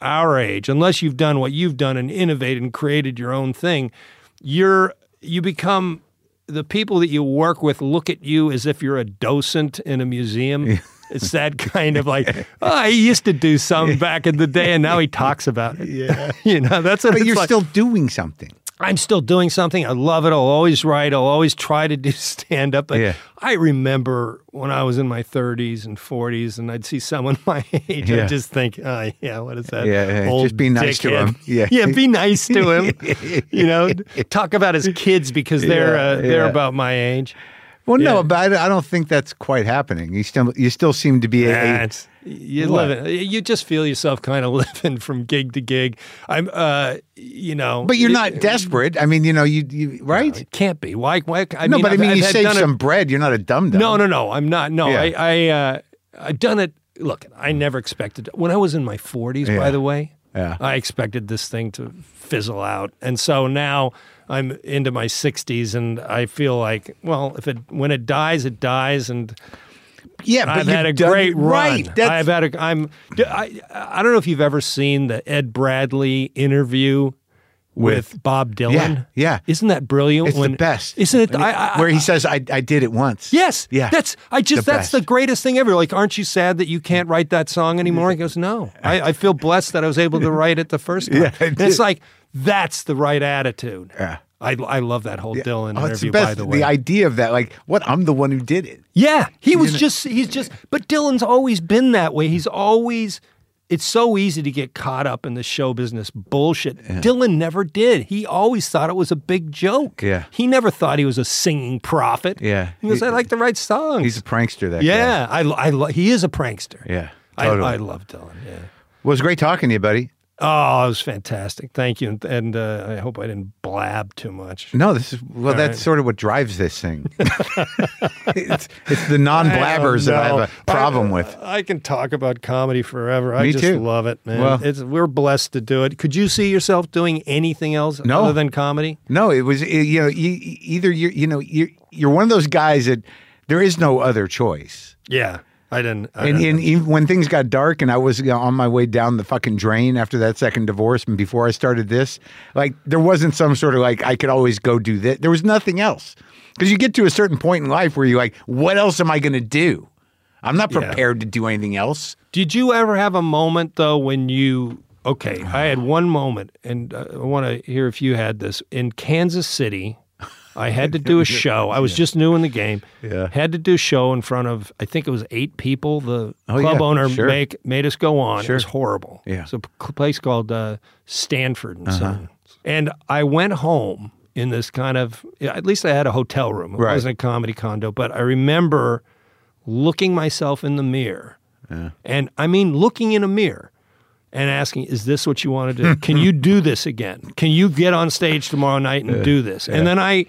S2: our age, unless you've done what you've done and innovated and created your own thing, you're you become the people that you work with look at you as if you're a docent in a museum. It's that kind of like, oh, he used to do something back in the day, and now he talks about it. Yeah, <laughs> you know, that's what
S1: but
S2: it's
S1: you're
S2: like.
S1: still doing something.
S2: I'm still doing something. I love it. I'll always write. I'll always try to do <laughs> stand up. But
S1: Yeah.
S2: I remember when I was in my 30s and 40s, and I'd see someone <laughs> my age.
S1: Yeah.
S2: I'd just think, oh, yeah, what is that?
S1: Yeah, yeah,
S2: old
S1: just be nice to
S2: dickhead?"
S1: him. Yeah.
S2: <laughs> yeah, be
S1: <laughs>
S2: nice to him. you know, talk about his kids because they're
S1: Yeah,
S2: uh, they're
S1: yeah.
S2: about my age.
S1: Well,
S2: Yeah.
S1: no, but I I don't think that's quite happening. You still, you still seem to be a, a-
S2: That's- you
S1: What?
S2: live it. You just feel yourself kind of <laughs> living from gig to gig. I'm, uh, you know,
S1: but you're
S2: it-
S1: not desperate. I mean, you know, you, you right?
S2: It can't be. Why? Why? I
S1: no,
S2: mean,
S1: but I
S2: I've-
S1: mean,
S2: I've
S1: you
S2: had
S1: save
S2: done it-
S1: some bread. You're not a dum dum.
S2: No, no, no. I'm not. No,
S1: Yeah.
S2: I, I, uh, I done it. Look, I never expected when I was in my 40s.
S1: Yeah.
S2: By the way,
S1: Yeah.
S2: I expected this thing to fizzle out, and so now I'm into my 60s, and I feel like, well, if it when it dies, it dies, and
S1: Yeah, but
S2: I've
S1: you've
S2: had a
S1: done-
S2: great run.
S1: Right. That's,
S2: I've had a. I'm. d- I, I don't know if you've ever seen the Ed Bradley interview. With, Bob Dylan,
S1: yeah.
S2: isn't that brilliant?
S1: It's the
S2: when,
S1: best.
S2: isn't it? I, I,
S1: where he says, I, I did it once.
S2: Yes.
S1: Yeah.
S2: That's I just
S1: The
S2: that's
S1: best.
S2: the greatest thing ever. Like, aren't you sad that you can't write that song anymore? He goes, No. I, I feel blessed that I
S1: <laughs>
S2: was able to write it the first time.
S1: Yeah, I
S2: And it's
S1: do.
S2: like that's the right attitude.
S1: Yeah.
S2: I, I love that whole Dylan
S1: Oh, it's the
S2: interview,
S1: best.
S2: by the way.
S1: idea of that, like, what? I'm the one who did it.
S2: yeah, he was just, he's just, but Dylan's always been that way. He's always, it's so easy to get caught up in the show business bullshit. Dylan never did. He always thought it was a big joke.
S1: Yeah.
S2: He never thought he was a singing prophet.
S1: Yeah.
S2: He goes,
S1: He-
S2: I like to write songs.
S1: He's a prankster, that guy.
S2: Yeah, I, I lo- he is a prankster.
S1: Yeah.
S2: I,
S1: Totally.
S2: I love Dylan. Yeah.
S1: Well, it's great talking to you, buddy.
S2: Oh, it was fantastic. Thank you, and, and uh, I hope I didn't blab too much.
S1: No, this is, well, that's sort of what drives this
S2: <laughs>
S1: thing. it's, it's the non <laughs> blabbers that I
S2: don't
S1: have a
S2: know.
S1: problem
S2: I-
S1: with.
S2: I can talk about comedy forever. I
S1: Me
S2: just
S1: too.
S2: love it, man.
S1: Well-
S2: it's, we're blessed to do it. Could you see yourself doing anything else
S1: No.
S2: other than comedy?
S1: No, it was, it- you know, you, you- either you're, you know, you're, you're one of those guys that, There is no other choice.
S2: Yeah. I didn't. I
S1: And,
S2: don't-
S1: and even when things got dark and I was you know, on my way down the fucking drain after that second divorce and before I started this, like there wasn't some sort of like I could always go do that. There was nothing else. Because you get to a certain point in life where you're like, what else am I going to do? I'm not prepared to do anything else.
S2: Did you ever have a moment though when you okay? I
S1: <sighs>
S2: had one moment, and uh, I want to hear if you had this in Kansas City. I had
S1: <laughs>
S2: to do a show. I was just new in the game.
S1: Yeah.
S2: Had to do a show in front of I think it was eight people. The club
S1: Oh, yeah,
S2: owner
S1: sure.
S2: make made us go on. It was horrible.
S1: Yeah. Uh-huh.
S2: It's a p- place called uh, Stanford and Sons. And I went home in this kind of yeah, at least I had a hotel room. It
S1: Right.
S2: wasn't a comedy condo, but I remember looking myself in the mirror. And I mean, looking in a mirror and asking, is this what you want
S1: <laughs>
S2: to do? Can you do this again? Can you get on stage tomorrow night and do this? And then I,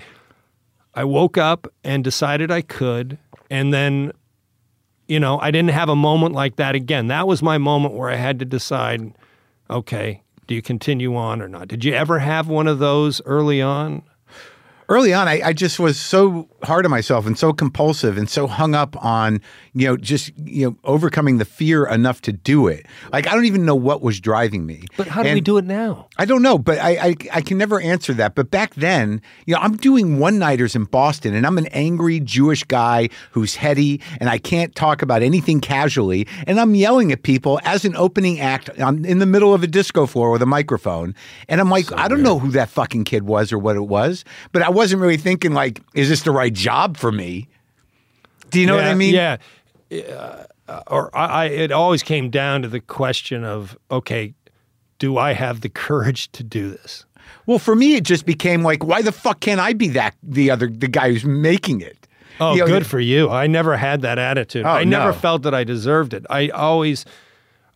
S2: I woke up and decided I could. And then, you know, I didn't have a moment like that again. That was my moment where I had to decide, okay, do you continue on or not? Did you ever have one of those early on?
S1: early on, I, I just was so hard on myself and so compulsive and so hung up on, you know, just, you know, overcoming the fear enough to do it. Like, I don't even know what was driving me.
S2: But how do we
S1: And
S2: do it now?
S1: I don't know, but I, I I can never answer that. But back then, you know, I'm doing one nighters in Boston, and I'm an angry Jewish guy who's heady, and I can't talk about anything casually, and I'm yelling at people as an opening act. I'm in the middle of a disco floor with a microphone, and I'm like, I don't know who that fucking kid was or what it was, but I wasn't really thinking like, is this the right job for me? Do you know what
S2: Yeah,
S1: I mean?
S2: Yeah. Uh, or I, I, it always came down to the question of, okay, do I have the courage to do this?
S1: Well, for me, it just became like, why the fuck can't I be that the other the guy who's making it?
S2: Oh,
S1: You know,
S2: good for you. I never had that attitude.
S1: Oh,
S2: I never
S1: no.
S2: felt that I deserved it. I always,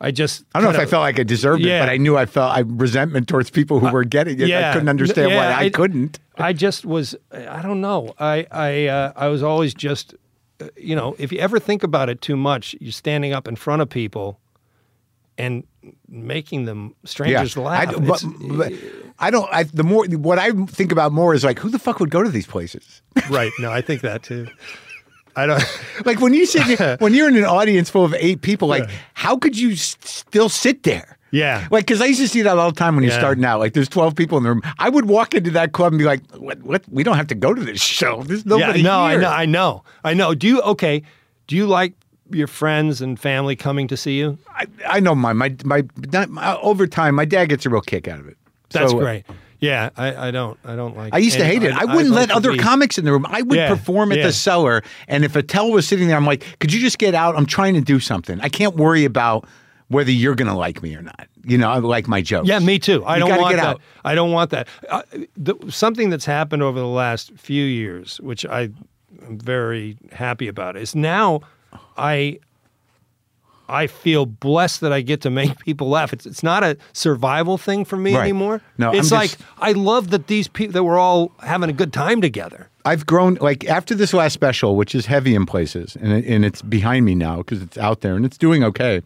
S2: I just.
S1: I don't know if I felt like I deserved
S2: Yeah. Uh,
S1: it, but I knew I felt I resentment towards people who were getting it.
S2: yeah.
S1: I couldn't understand
S2: Yeah,
S1: why I,
S2: I-
S1: couldn't.
S2: I just was. I don't know. I I uh, I was always just, uh, you know, if you ever think about it too much, you're standing up in front of people, and making them
S1: Yeah,
S2: strangers
S1: I,
S2: laugh.
S1: but,
S2: It's-
S1: but I don't. I, the more what I think about more is like, who the fuck would go to these places? <laughs>
S2: right. No, I think that too. I don't.
S1: Like when you sit
S2: <laughs>
S1: when you're in an audience full of eight people, like how could you s- still sit there?
S2: Yeah.
S1: like because I used to see that all the time when
S2: Yeah.
S1: you're starting out. Like there's 12 people in the room. I would walk into that club and be like, what? What? We don't have to go to this show. There's nobody
S2: yeah, no,
S1: here.
S2: I know, I know, I know. Do you okay? Do you like your friends and family coming to see you?
S1: I, I know my my my, not, my over time, my dad gets a real kick out of it.
S2: That's
S1: So, uh,
S2: great. Yeah, I, I don't, I don't like.
S1: I used to
S2: any-
S1: hate it. I, wouldn't
S2: I'd like
S1: let
S2: to
S1: other
S2: be-
S1: comics in the room. I would
S2: Yeah,
S1: perform at
S2: yeah.
S1: the cellar, and if Attell was sitting there, I'm like, "Could you just get out? I'm trying to do something. I can't worry about whether you're going to like me or not. You know, I like my jokes.
S2: Yeah, me too. I
S1: You
S2: don't
S1: gotta
S2: want
S1: get
S2: that.
S1: out.
S2: I don't want that. Uh, the, something that's happened over the last few years, which I am very happy about, is now I I feel blessed that I get to make <laughs> people laugh. It's it's not a survival thing for me
S1: Right.
S2: anymore.
S1: No, I'm
S2: it's
S1: just-
S2: like I love that these people that we're all having a good time together.
S1: I've grown like after this last special, which is heavy in places, and it- and it's behind me now because it's out there and it's doing okay.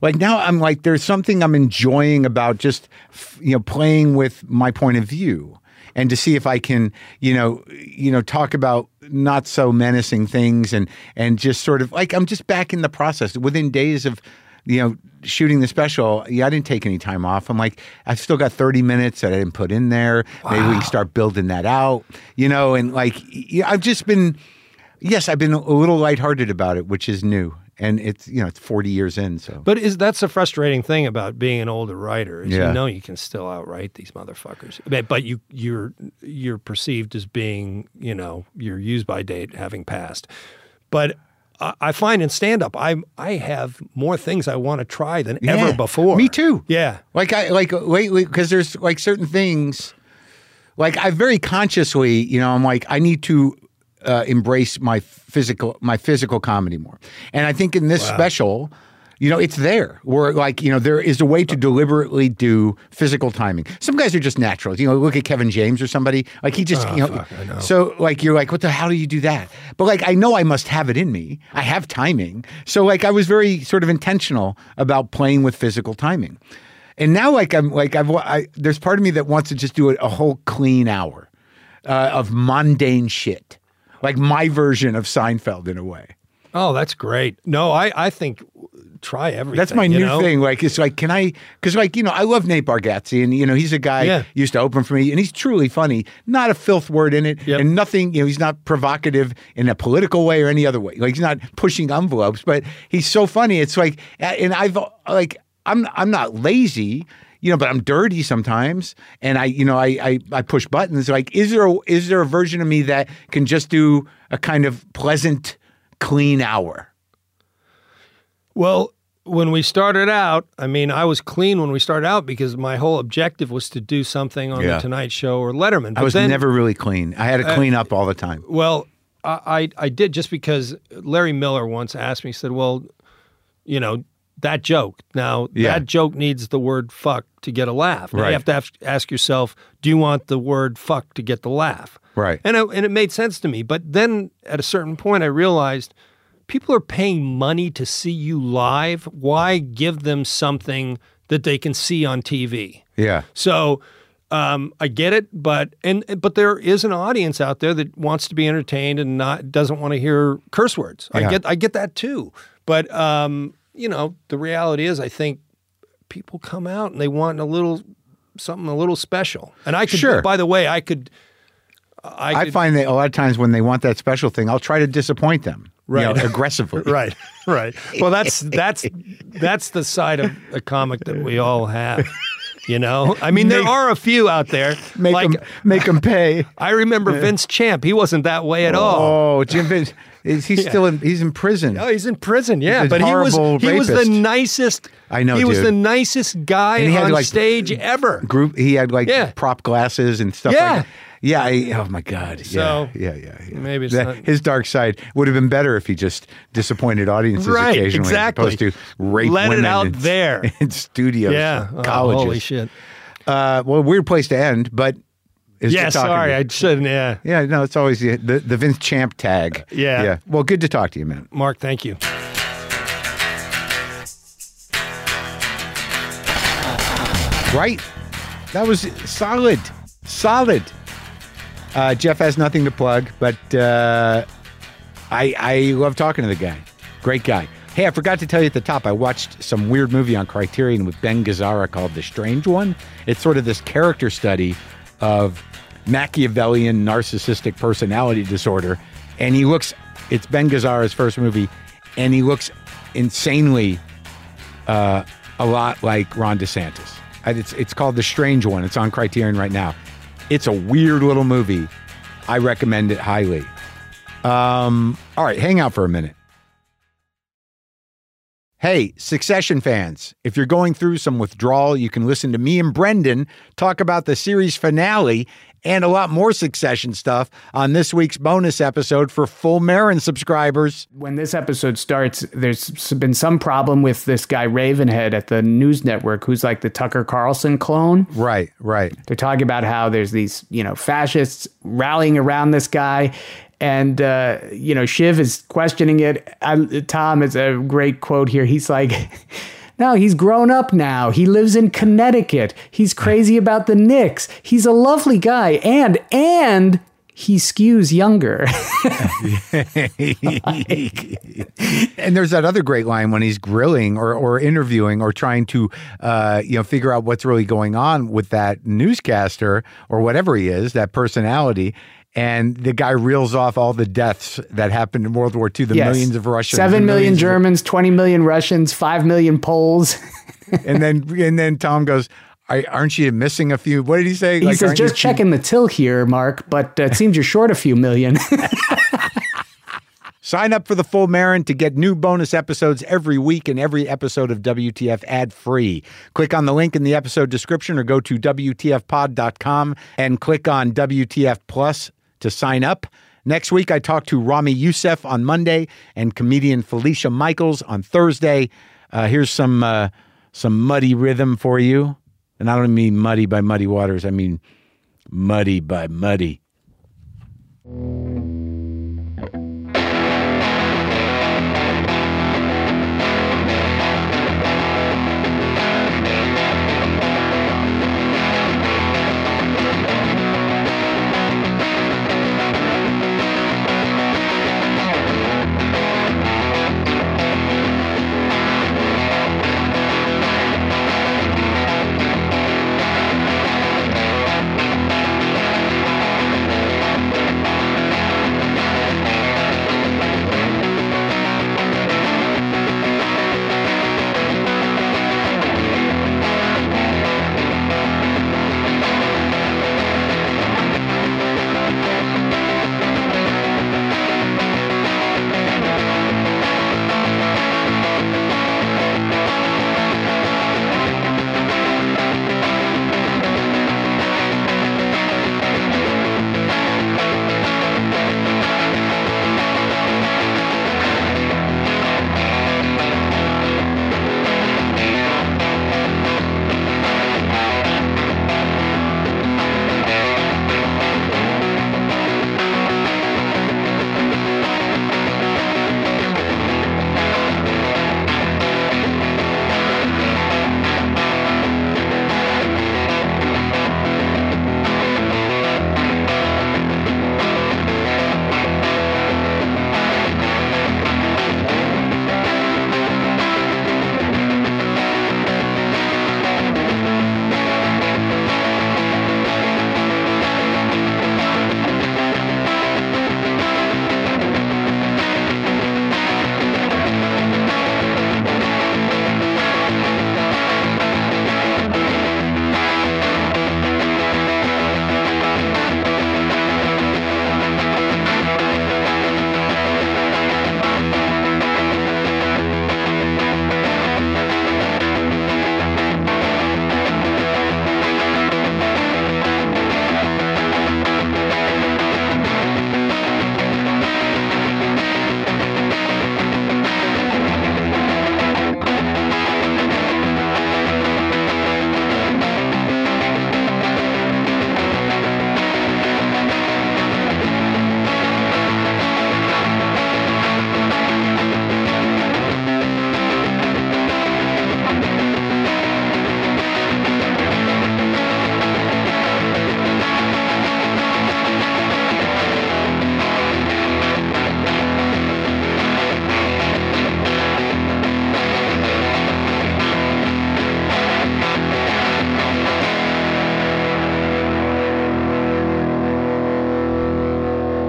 S1: Like now, I'm like there's something I'm enjoying about just f- you know playing with my point of view and to see if I can you know you know talk about not so menacing things and and just sort of like I'm just back in the process within days of you know shooting the special yeah i didn't take any time off i'm like i've still got 30 minutes that i didn't put in there maybe we can start building that out you know and like yeah, i've just been yes i've been a little lighthearted about it which is new and it's you know it's 40 years in so
S2: But is that's the frustrating thing about being an older writer? Is
S1: Yeah.
S2: You know you can still outwrite these motherfuckers, but, but you you're you're perceived as being you know your use by date having passed. But I, I find in stand up I I have more things I want to try than ever
S1: Yeah,
S2: before.
S1: me too.
S2: Yeah.
S1: Like I like lately because there's like certain things, like I very consciously, you know, I'm like I need to uh, embrace my physical my physical comedy more, and I think in this special. You know, it's there. Where like, you know, there is a way to deliberately do physical timing. Some guys are just naturals. You know, look at Kevin James or somebody. Like he just, you know, so like you're like, what the how do you do that? But like I know I must have it in me. I have timing. So like I was very sort of intentional about playing with physical timing. And now, like I'm like I've I, there's part of me that wants to just do a, a whole clean hour uh, of mundane shit, like my version of Seinfeld in a way.
S2: Oh, that's great. No, I, I think try everything.
S1: That's my
S2: you
S1: new
S2: know?
S1: thing. Like, it's like, can I? Because, like, you know, I love Nate Bargatze, and you know, he's a guy
S2: Yeah.
S1: used to open for me, and he's truly funny. Not a filth word in it,
S2: Yep.
S1: and nothing. You know, he's not provocative in a political way or any other way. Like, he's not pushing envelopes, but he's so funny. It's like, and I've like, I'm I'm not lazy. You know, but I'm dirty sometimes, and I, you know, I, I, I push buttons. Like, is there a, is there a version of me that can just do a kind of pleasant, clean hour?
S2: Well, when we started out, I mean, I was clean when we started out because my whole objective was to do something on
S1: Yeah.
S2: the Tonight Show or Letterman.
S1: I was never really clean. I had
S2: Uh,
S1: to clean up all the time.
S2: Well, I, I I did just because Larry Miller once asked me, he said, Well, you know, that joke. Now,
S1: Yeah.
S2: that joke needs the word fuck to get a laugh. Now,
S1: Right.
S2: You have to have, ask yourself, do you want the word fuck to get the laugh?
S1: Right.
S2: And it, and it made sense to me. But then at a certain point, I realized people are paying money to see you live. Why give them something that they can see on TV?
S1: Yeah.
S2: So um, I get it, but and but there is an audience out there that wants to be entertained and not doesn't want to hear curse words.
S1: Yeah.
S2: I get I get that too. But um, you know, the reality is, I think people come out and they want a little something a little special. And I could,
S1: Sure.
S2: by the way, I could. I,
S1: I
S2: could-
S1: find that a lot of times when they want that special thing, I'll try to disappoint them. you know,
S2: Right.
S1: aggressively.
S2: <laughs> right, right. Well, that's that's that's the side of a comic that we all have. You know, I mean, there
S1: Make-
S2: are a few out there.
S1: Make
S2: like,
S1: them make 'em pay.
S2: I remember Vince Champ. He wasn't that way at
S1: <laughs>
S2: all.
S1: Oh, Jim Vince is he still in he's in prison.
S2: Oh, he's in prison. Yeah,
S1: He's a
S2: but he was
S1: horrible
S2: he was the
S1: rapist.
S2: nicest.
S1: I know,
S2: He was
S1: dude.
S2: the nicest guy
S1: And he had,
S2: on
S1: like,
S2: stage
S1: <laughs>
S2: ever.
S1: Group he had like
S2: Yeah.
S1: prop glasses and stuff
S2: Yeah.
S1: like that. Yeah, I, oh my God. Yeah,
S2: So,
S1: yeah, yeah, yeah.
S2: maybe it's
S1: That-
S2: not-
S1: his dark side would have been better if he just disappointed audiences
S2: Right,
S1: occasionally
S2: exactly.
S1: as opposed to rape
S2: Let it
S1: women
S2: out
S1: in,
S2: there.
S1: <laughs> in studios,
S2: Yeah.
S1: and
S2: Oh,
S1: colleges.
S2: holy shit.
S1: Uh, well, weird place to end, but it's
S2: Yeah.
S1: good talking to
S2: Sorry,
S1: you.
S2: I shouldn't. Yeah.
S1: Yeah, no, it's always the the, the Vince Champ tag.
S2: Yeah.
S1: yeah. Well, good to talk to you, man.
S2: Mark, thank you.
S1: Right? That was solid, solid. Uh, Jeff has nothing to plug, but uh, I I love talking to the guy. Great guy. Hey, I forgot to tell you at the top. I watched some weird movie on Criterion with Ben Gazzara called The Strange One. It's sort of this character study of Machiavellian narcissistic personality disorder, and he looks. It's Ben Gazzara's first movie, and he looks insanely a lot like Ron DeSantis. And It's it's called The Strange One. It's on Criterion right now. It's a weird little movie. I recommend it highly. Um, all right, hang out for a minute. Hey, Succession fans, if you're going through some withdrawal, you can listen to me and Brendan talk about the series finale and a lot more Succession stuff on this week's bonus episode for full Marin subscribers.
S3: when this episode starts, there's been some problem with this guy Ravenhead at the news network, who's like the Tucker Carlson clone.
S1: Right, right.
S3: They're talking about how there's these, you know, fascists rallying around this guy. And, uh, you know, Shiv is questioning it. I, Tom is a great quote here. He's like, <laughs> no, he's grown up now. He lives in Connecticut. He's crazy about the Knicks. He's a lovely guy. And, and he skews younger. <laughs>
S1: <laughs> and there's that other great line when he's grilling or, or interviewing or trying to uh, you know figure out what's really going on with that newscaster or whatever he is that personality and the guy reels off all the deaths that happened in World War II the
S3: Yes.
S1: millions of Russians
S3: Seven
S1: the
S3: million
S1: millions of-
S3: Germans, 20 million Russians, 5 million Poles.
S1: <laughs>
S3: <laughs>
S1: and then and then Tom goes "Are- aren't you missing a few what did he say
S3: He
S1: Like,
S3: says,
S1: "Aren't you
S3: just checking the till here, Mark, but uh, it seems you're short a few million. <laughs>
S1: Sign up for the full Marin to get new bonus episodes every week and every episode of WTF ad free. Click on the link in the episode description or go to WTFpod.com and click on WTF Plus to sign up. Next week, I talk to Rami Youssef on Monday and comedian Felicia Michaels on Thursday. Uh, here's some uh, some muddy rhythm for you. And I don't mean muddy by muddy waters, I mean muddy by muddy.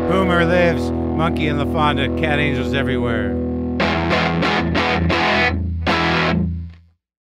S1: Boomer lives. Monkey in the Fonda. Cat angels everywhere.